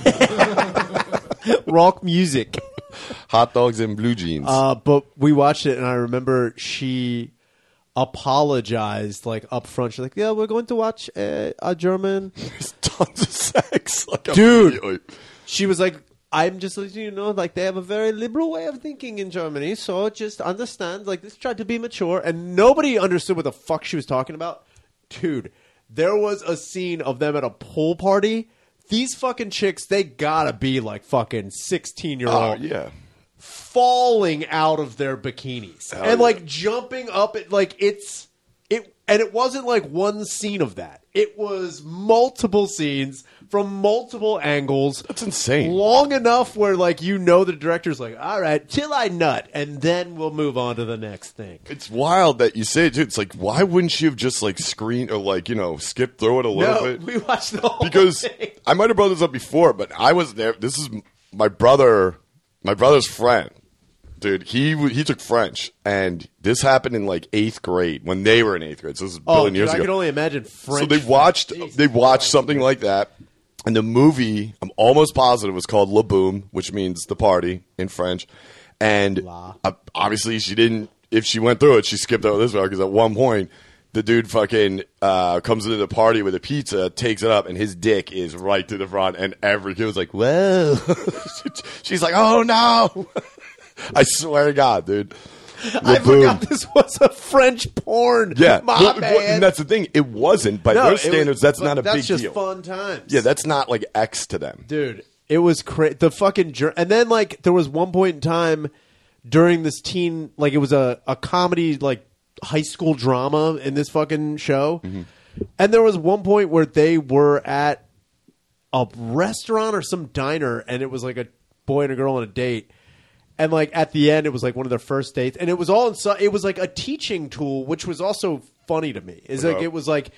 Speaker 2: rock music
Speaker 1: hot dogs, and blue jeans.
Speaker 2: uh but we watched it and i remember she apologized like up front she's like yeah we're going to watch uh, a german
Speaker 1: There's tons of sex, like,
Speaker 2: Dude.
Speaker 1: immediately.
Speaker 2: she was like i'm just letting you know like they have a very liberal way of thinking in germany so just understand like let's try to be mature and nobody understood what the fuck she was talking about dude there was a scene of them at a pool party these fucking chicks they gotta be like fucking 16 year
Speaker 1: Oh
Speaker 2: old
Speaker 1: yeah,
Speaker 2: falling out of their bikinis and
Speaker 1: yeah.
Speaker 2: like jumping up it like it's it and it wasn't like one scene of that it was multiple scenes from multiple angles
Speaker 1: that's insane.
Speaker 2: long enough where like you know the director's like all right till i nut and then we'll move on to the next thing
Speaker 1: It's wild that you say it, dude. It's like, why wouldn't she have just like screened or like you know skipped through it a little
Speaker 2: no
Speaker 1: bit?
Speaker 2: we watched the whole
Speaker 1: because
Speaker 2: thing.
Speaker 1: I might have brought this up before, but I was there. This is my brother, my brother's friend, dude. He w- he took French, and this happened in like eighth grade when they were in eighth grade. So this is a
Speaker 2: oh,
Speaker 1: billion
Speaker 2: dude,
Speaker 1: years
Speaker 2: i
Speaker 1: ago.
Speaker 2: can only imagine french
Speaker 1: so they watched they watched something like that, and the movie I'm almost positive was called La Boom, which means the party in French. And
Speaker 2: La.
Speaker 1: uh, obviously, she didn't. If she went through it, she skipped out this part because at one point. The dude fucking uh, comes into the party with a pizza, takes it up, and his dick is right to the front, and every kid was like, "Whoa!" She's like, "Oh no!" I swear to God, dude.
Speaker 2: i
Speaker 1: La Boom.
Speaker 2: forgot this was a french porn
Speaker 1: Yeah,
Speaker 2: my
Speaker 1: Well, it wa-
Speaker 2: bad.
Speaker 1: and that's the thing. It wasn't by
Speaker 2: No,
Speaker 1: their
Speaker 2: it was-
Speaker 1: standards. that's
Speaker 2: but
Speaker 1: not a
Speaker 2: that's
Speaker 1: big
Speaker 2: just
Speaker 1: deal.
Speaker 2: fun times
Speaker 1: Yeah, that's not like X to them.
Speaker 2: dude it was cra- the fucking jer- and then like there was one point in time during this teen like it was a, a comedy like high school drama in this fucking show
Speaker 1: Mm-hmm.
Speaker 2: and there was one point where they were at a restaurant or some diner and it was like a boy and a girl on a date and like at the end it was like one of their first dates and it was all in so- it was like a teaching tool which was also funny to me is like
Speaker 1: Okay.
Speaker 2: it was like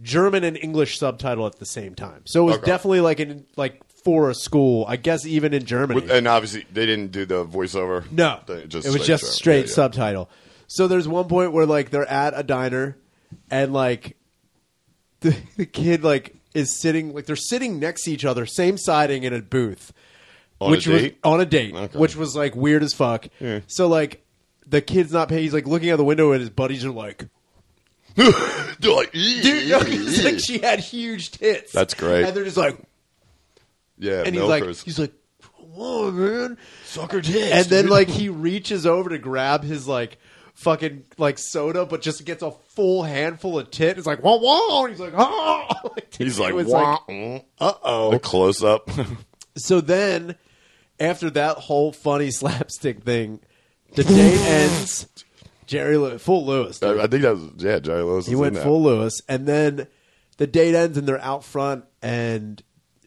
Speaker 2: german and english subtitle at the same time so it was
Speaker 1: Okay.
Speaker 2: definitely like in like for a school i guess even in germany
Speaker 1: With- and obviously, they didn't do the voiceover.
Speaker 2: no,
Speaker 1: They-
Speaker 2: it was just
Speaker 1: German.
Speaker 2: straight
Speaker 1: Yeah, yeah.
Speaker 2: subtitle. So there's one point where like they're at a diner, and like the, the kid like is sitting like they're sitting next to each other, same siding in a booth,
Speaker 1: On a
Speaker 2: which was
Speaker 1: date?
Speaker 2: on a date,
Speaker 1: Okay.
Speaker 2: which was like weird as fuck. So like the kid's not paying. He's like looking out the window, and his buddies are like,
Speaker 1: They're like,
Speaker 2: "Dude, no," he's like she had huge tits."
Speaker 1: That's great.
Speaker 2: And they're just like,
Speaker 1: yeah,
Speaker 2: and he's like,
Speaker 1: milkers.
Speaker 2: he's like, "Come on, man."
Speaker 1: sucker dicks.
Speaker 2: and then
Speaker 1: dude.
Speaker 2: like he reaches over to grab his like fucking like soda, but just gets a full handful of tit. It's like wah wah. And he's like oh. Like, "Mm,
Speaker 1: He's
Speaker 2: it
Speaker 1: like,
Speaker 2: was
Speaker 1: uh oh, the close up.
Speaker 2: so then after that whole funny slapstick thing, the date ends. Jerry Lew full Lewis. dude.
Speaker 1: I I think that was yeah, Jerry Lewis.
Speaker 2: He went full Lewis, and then the date ends, and they're out front, and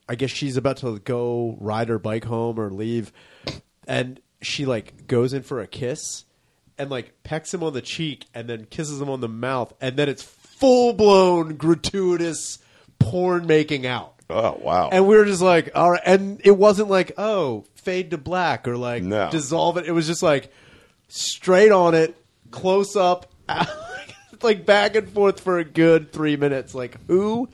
Speaker 2: I guess she's about to go ride her bike home or leave, and she like goes in for a kiss, and like pecks him on the cheek, and then kisses him on the mouth, and then it's full blown gratuitous porn making out.
Speaker 1: Oh wow.
Speaker 2: And we were just like, all right. And it wasn't like, oh, fade to black or like
Speaker 1: No.
Speaker 2: dissolve it. It was just like straight on it, close up, like back and forth for a good three minutes. Like, who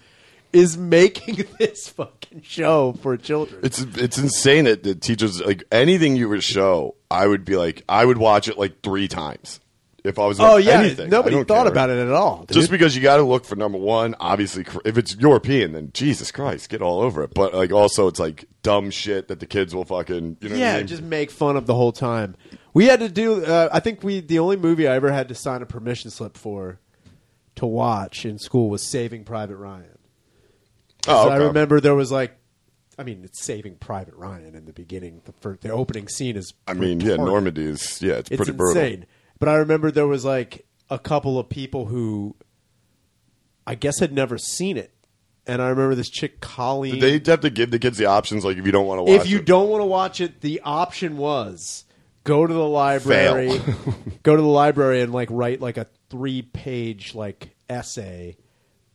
Speaker 2: is making this fucking show for children?
Speaker 1: It's it's insane that the teachers like anything you would show, I would be like I would watch it like three times if I was.
Speaker 2: oh,
Speaker 1: like,
Speaker 2: yeah.
Speaker 1: anything.
Speaker 2: Nobody thought about it at all.
Speaker 1: Just because you got to look for number one, obviously, cr- if it's European, then Jesus Christ, get all over it. But like, also, it's like dumb shit that the kids will fucking, you know, what I
Speaker 2: yeah,
Speaker 1: mean?
Speaker 2: just make fun of the whole time. We had to do. Uh, I think we the only movie I ever had to sign a permission slip for to watch in school was Saving Private Ryan.
Speaker 1: Oh,
Speaker 2: So I
Speaker 1: okay.
Speaker 2: remember there was like, I mean, it's Saving Private Ryan in the beginning. The first, the opening scene is.
Speaker 1: I mean, yeah,
Speaker 2: retarded.
Speaker 1: Normandy is yeah, it's,
Speaker 2: It's
Speaker 1: pretty
Speaker 2: insane. But I remember there was like a couple of people who, I guess, had never seen it, and I remember this chick Colleen.
Speaker 1: brutal. They have to give the kids the options, like if you don't want to watch.
Speaker 2: if you
Speaker 1: it.
Speaker 2: don't want to watch it, the option was go to the library, go to the library and like write like a three page like essay.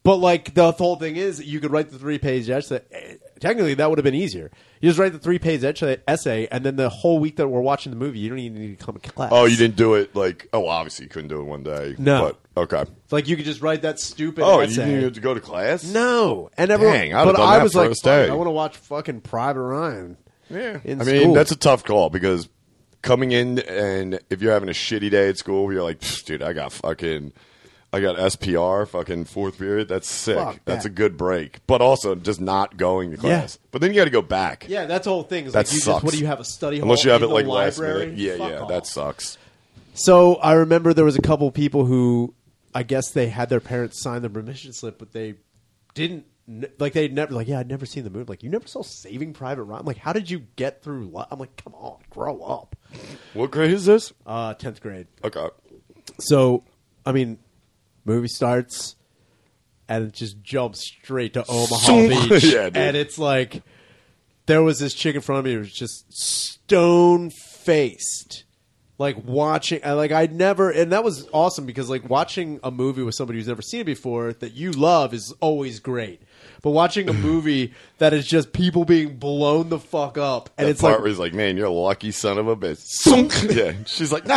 Speaker 2: But like the whole thing is, you could write the three page essay. eh, Technically, that would have been easier. You just write the three page essay, and then the whole week that we're watching the movie, you don't even need to come to class.
Speaker 1: oh, you didn't do it like oh, obviously you couldn't do it one day.
Speaker 2: No.
Speaker 1: but okay.
Speaker 2: It's like you could just write that stupid.
Speaker 1: Oh, you
Speaker 2: essay.
Speaker 1: didn't even have to go to class.
Speaker 2: No, and everyone.
Speaker 1: Dang, I would've
Speaker 2: but
Speaker 1: done
Speaker 2: I
Speaker 1: that
Speaker 2: was like,
Speaker 1: first
Speaker 2: "Fuck it,
Speaker 1: day."
Speaker 2: I want to watch fucking Private Ryan. Yeah, in
Speaker 1: I mean,
Speaker 2: school.
Speaker 1: that's a tough call because coming in and if you're having a shitty day at school, you're like, "Pfft, dude, I got fucking, I got SPR, fucking fourth period. That's sick.
Speaker 2: Fuck
Speaker 1: That's a
Speaker 2: that.
Speaker 1: good break. But also just not going to class. But then you got to go back.
Speaker 2: Yeah, that's the whole thing. Is
Speaker 1: That
Speaker 2: like you
Speaker 1: sucks.
Speaker 2: Just, what do you have a study hall?
Speaker 1: Unless you have
Speaker 2: in
Speaker 1: it
Speaker 2: the
Speaker 1: like last
Speaker 2: library?
Speaker 1: minute. Yeah,
Speaker 2: Fuck
Speaker 1: yeah,
Speaker 2: off.
Speaker 1: that sucks.
Speaker 2: So I remember there was a couple people who I guess they had their parents sign the permission slip, but they didn't. Like they never like yeah I'd never seen the movie like you never saw Saving Private Ryan like how did you get through li-? I'm like come on grow up
Speaker 1: What grade is this?
Speaker 2: uh tenth grade
Speaker 1: Okay.
Speaker 2: so I mean movie starts and it just jumps straight to Omaha Beach
Speaker 1: Yeah, dude.
Speaker 2: and it's like there was this chick in front of me who was just stone faced like watching I- like i never and that was awesome because like watching a movie with somebody who's never seen it before that you love is always great but watching a movie that is just people being blown the fuck up and
Speaker 1: That
Speaker 2: it's
Speaker 1: part
Speaker 2: like
Speaker 1: where he's like, man, you're a lucky son of a bitch. Sunk. yeah. She's like, no.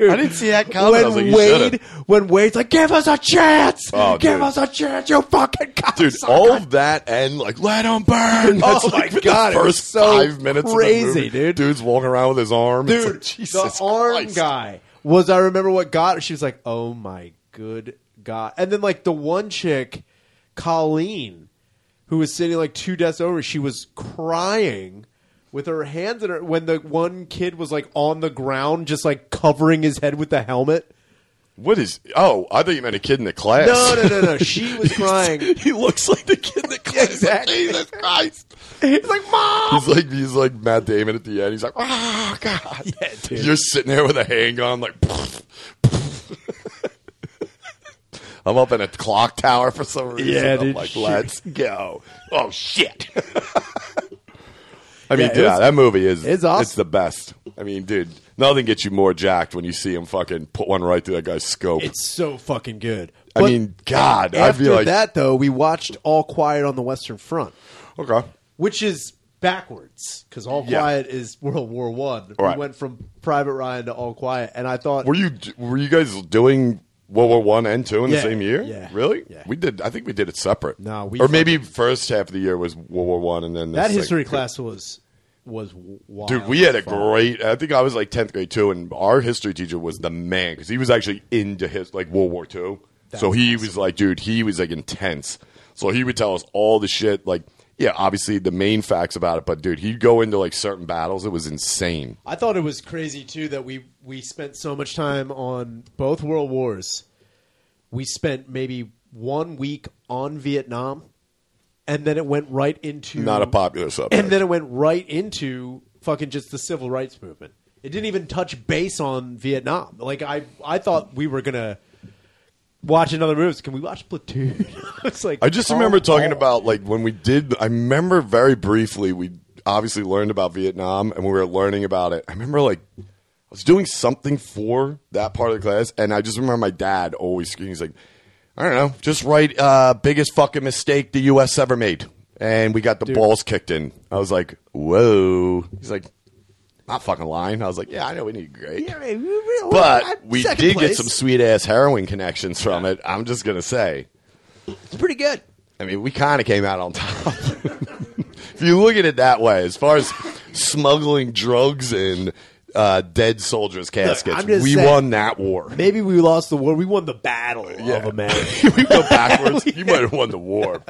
Speaker 1: I didn't see that coming. I
Speaker 2: when
Speaker 1: was like, you
Speaker 2: Wade,
Speaker 1: should've.
Speaker 2: when Wade's like, "Give us a chance,
Speaker 1: Oh,
Speaker 2: give
Speaker 1: dude.
Speaker 2: us a chance, you fucking Oh,
Speaker 1: Dude,
Speaker 2: cocksucker."
Speaker 1: all of that and like let him burn. That's
Speaker 2: Oh my
Speaker 1: like the
Speaker 2: God, it was
Speaker 1: first
Speaker 2: so
Speaker 1: five minutes,
Speaker 2: crazy,
Speaker 1: of the movie.
Speaker 2: dude.
Speaker 1: Dude's walking around with his arm. It's
Speaker 2: dude,
Speaker 1: like, Jesus
Speaker 2: the arm
Speaker 1: Christ.
Speaker 2: guy was. I remember what got. She was like, "Oh my good god!" And then like the one chick, Colleen, who was sitting like two desks over, she was crying. With her hands in her, when the one kid was like on the ground, just like covering his head with the helmet.
Speaker 1: What is? Oh, I thought you meant a kid in the class.
Speaker 2: No, no, no, no. She was crying.
Speaker 1: he looks like the kid in the class.
Speaker 2: Exactly.
Speaker 1: Jesus Christ.
Speaker 2: It's like, Mom!
Speaker 1: He's like he's like Matt Damon at the end. He's like, oh god.
Speaker 2: Yeah, dude.
Speaker 1: You're sitting there with a handgun, like. I'm up in a clock tower for some reason.
Speaker 2: Yeah,
Speaker 1: I'm
Speaker 2: dude,
Speaker 1: like,
Speaker 2: she-
Speaker 1: let's go. Oh shit. I mean,
Speaker 2: Yeah, it
Speaker 1: yeah,
Speaker 2: was-
Speaker 1: that movie is
Speaker 2: it's awesome.
Speaker 1: the best. I mean, dude, nothing gets you more jacked when you see him fucking put one right through that guy's scope.
Speaker 2: It's so fucking good.
Speaker 1: I
Speaker 2: But
Speaker 1: mean, God, I
Speaker 2: after
Speaker 1: feel like
Speaker 2: that though, we watched All Quiet on the Western Front,
Speaker 1: okay.
Speaker 2: which is backwards because All
Speaker 1: Yeah.
Speaker 2: Quiet is World War One.
Speaker 1: Right.
Speaker 2: We went from Private Ryan to All Quiet, and I thought
Speaker 1: Were you were you guys doing World War One and two in
Speaker 2: Yeah,
Speaker 1: the same year?
Speaker 2: yeah,
Speaker 1: really?
Speaker 2: yeah.
Speaker 1: We did. I think we did it separate.
Speaker 2: No, we
Speaker 1: or maybe first half of the year was World War One, and then this
Speaker 2: that
Speaker 1: thing.
Speaker 2: history class was was wild.
Speaker 1: Dude, we had a great. I think I was like tenth grade too, and our history teacher was the man because he was actually into his like World War Two.
Speaker 2: That's
Speaker 1: So he
Speaker 2: awesome.
Speaker 1: was like, dude, he was like intense. So he would tell us all the shit like yeah, obviously the main facts about it, but dude, he'd go into like certain battles. It was insane.
Speaker 2: I thought it was crazy too that we we spent so much time on both world wars. We spent maybe one week on Vietnam, and then it went right into
Speaker 1: Not a popular subject.
Speaker 2: Mm-hmm. and then it went right into fucking just the civil rights movement. It didn't even touch base on Vietnam. Like I I thought we were gonna watch another movie. Can we watch Platoon? it's like oh,
Speaker 1: I just remember talking about like when we did. I remember very briefly we obviously learned about Vietnam and we were learning about it. I remember like I was doing something for that part of the class, and I just remember my dad always screaming, he's like, "I don't know, just write uh, biggest fucking mistake the U.S. ever made," and we got the balls kicked in. I was like, "Whoa!" He's like, "Not fucking lying." I was like, "Yeah, I know we need great." But we
Speaker 2: Second
Speaker 1: did get
Speaker 2: place.
Speaker 1: some sweet ass heroin connections from it. I'm just gonna say.
Speaker 2: It's pretty good.
Speaker 1: I mean, we kind of came out on top. if you look at it that way, as far as smuggling drugs and uh, dead soldiers' caskets,
Speaker 2: I'm just
Speaker 1: we
Speaker 2: saying-
Speaker 1: won that war.
Speaker 2: Maybe we lost the war. We won the battle of America.
Speaker 1: we go backwards. You might have won the war,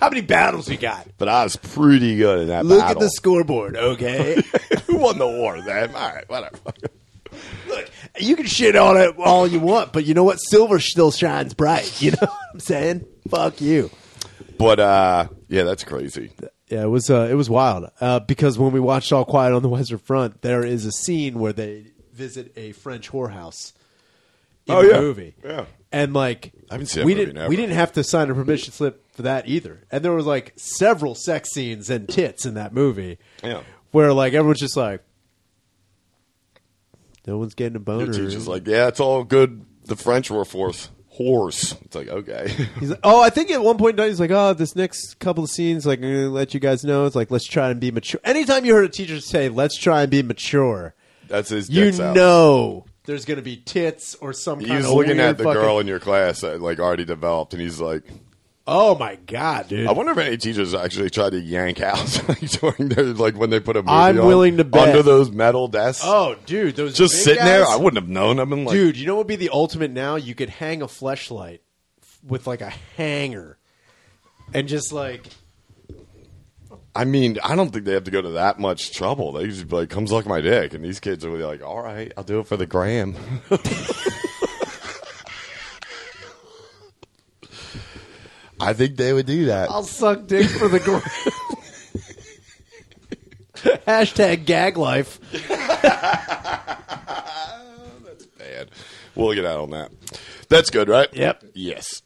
Speaker 2: How many battles we got?
Speaker 1: but I was pretty good in that
Speaker 2: Look
Speaker 1: battle.
Speaker 2: at the scoreboard, okay?
Speaker 1: Who won the war, then? All right, whatever.
Speaker 2: Look, you can shit on it all you want, but you know what? Silver still shines bright. You know what I'm saying? Fuck you.
Speaker 1: But uh, yeah, that's crazy.
Speaker 2: Yeah, it was uh, it was wild uh, because when we watched All Quiet on the Western Front, there is a scene where they visit a French whorehouse in
Speaker 1: Oh,
Speaker 2: the
Speaker 1: yeah.
Speaker 2: movie.
Speaker 1: Yeah.
Speaker 2: and like
Speaker 1: I haven't seen that
Speaker 2: we
Speaker 1: movie
Speaker 2: didn't
Speaker 1: in
Speaker 2: we
Speaker 1: ever.
Speaker 2: didn't have to sign a permission slip for that either. And there was like several sex scenes and tits in that movie.
Speaker 1: Yeah.
Speaker 2: where like everyone's just like, no one's getting a boner.
Speaker 1: Your teacher's like, yeah, it's all good. The French were force horse. It's like okay.
Speaker 2: He's like, oh, I think at one point in time he's like, oh, this next couple of scenes, like, I'm gonna let you guys know, it's like, let's try and be mature. Anytime you heard a teacher say, let's try and be mature,
Speaker 1: That's his.
Speaker 2: you
Speaker 1: dicks out.
Speaker 2: know there's gonna be tits or some.
Speaker 1: He
Speaker 2: kind
Speaker 1: was
Speaker 2: of
Speaker 1: looking
Speaker 2: weird
Speaker 1: at the
Speaker 2: fucking-
Speaker 1: girl in your class that like already developed, and he's like,
Speaker 2: Oh my god, dude!
Speaker 1: I wonder if any teachers actually tried to yank out like, during their like when they put a movie
Speaker 2: I'm
Speaker 1: on,
Speaker 2: willing to bet.
Speaker 1: under those metal desks,
Speaker 2: oh, dude, those
Speaker 1: just
Speaker 2: big
Speaker 1: sitting there.
Speaker 2: guys-
Speaker 1: I wouldn't have known. I've been like,
Speaker 2: dude, you know what would be the ultimate now? You could hang a fleshlight f- with like a hanger, and just like.
Speaker 1: I mean, I don't think they have to go to that much trouble. They just be like, come suck my dick, and these kids are like, all right, I'll do it for the gram. I think they would do that.
Speaker 2: I'll suck dick for the gram. Hashtag gag life.
Speaker 1: Bad. We'll get out on that. That's good, right?
Speaker 2: Yep.
Speaker 1: Yes.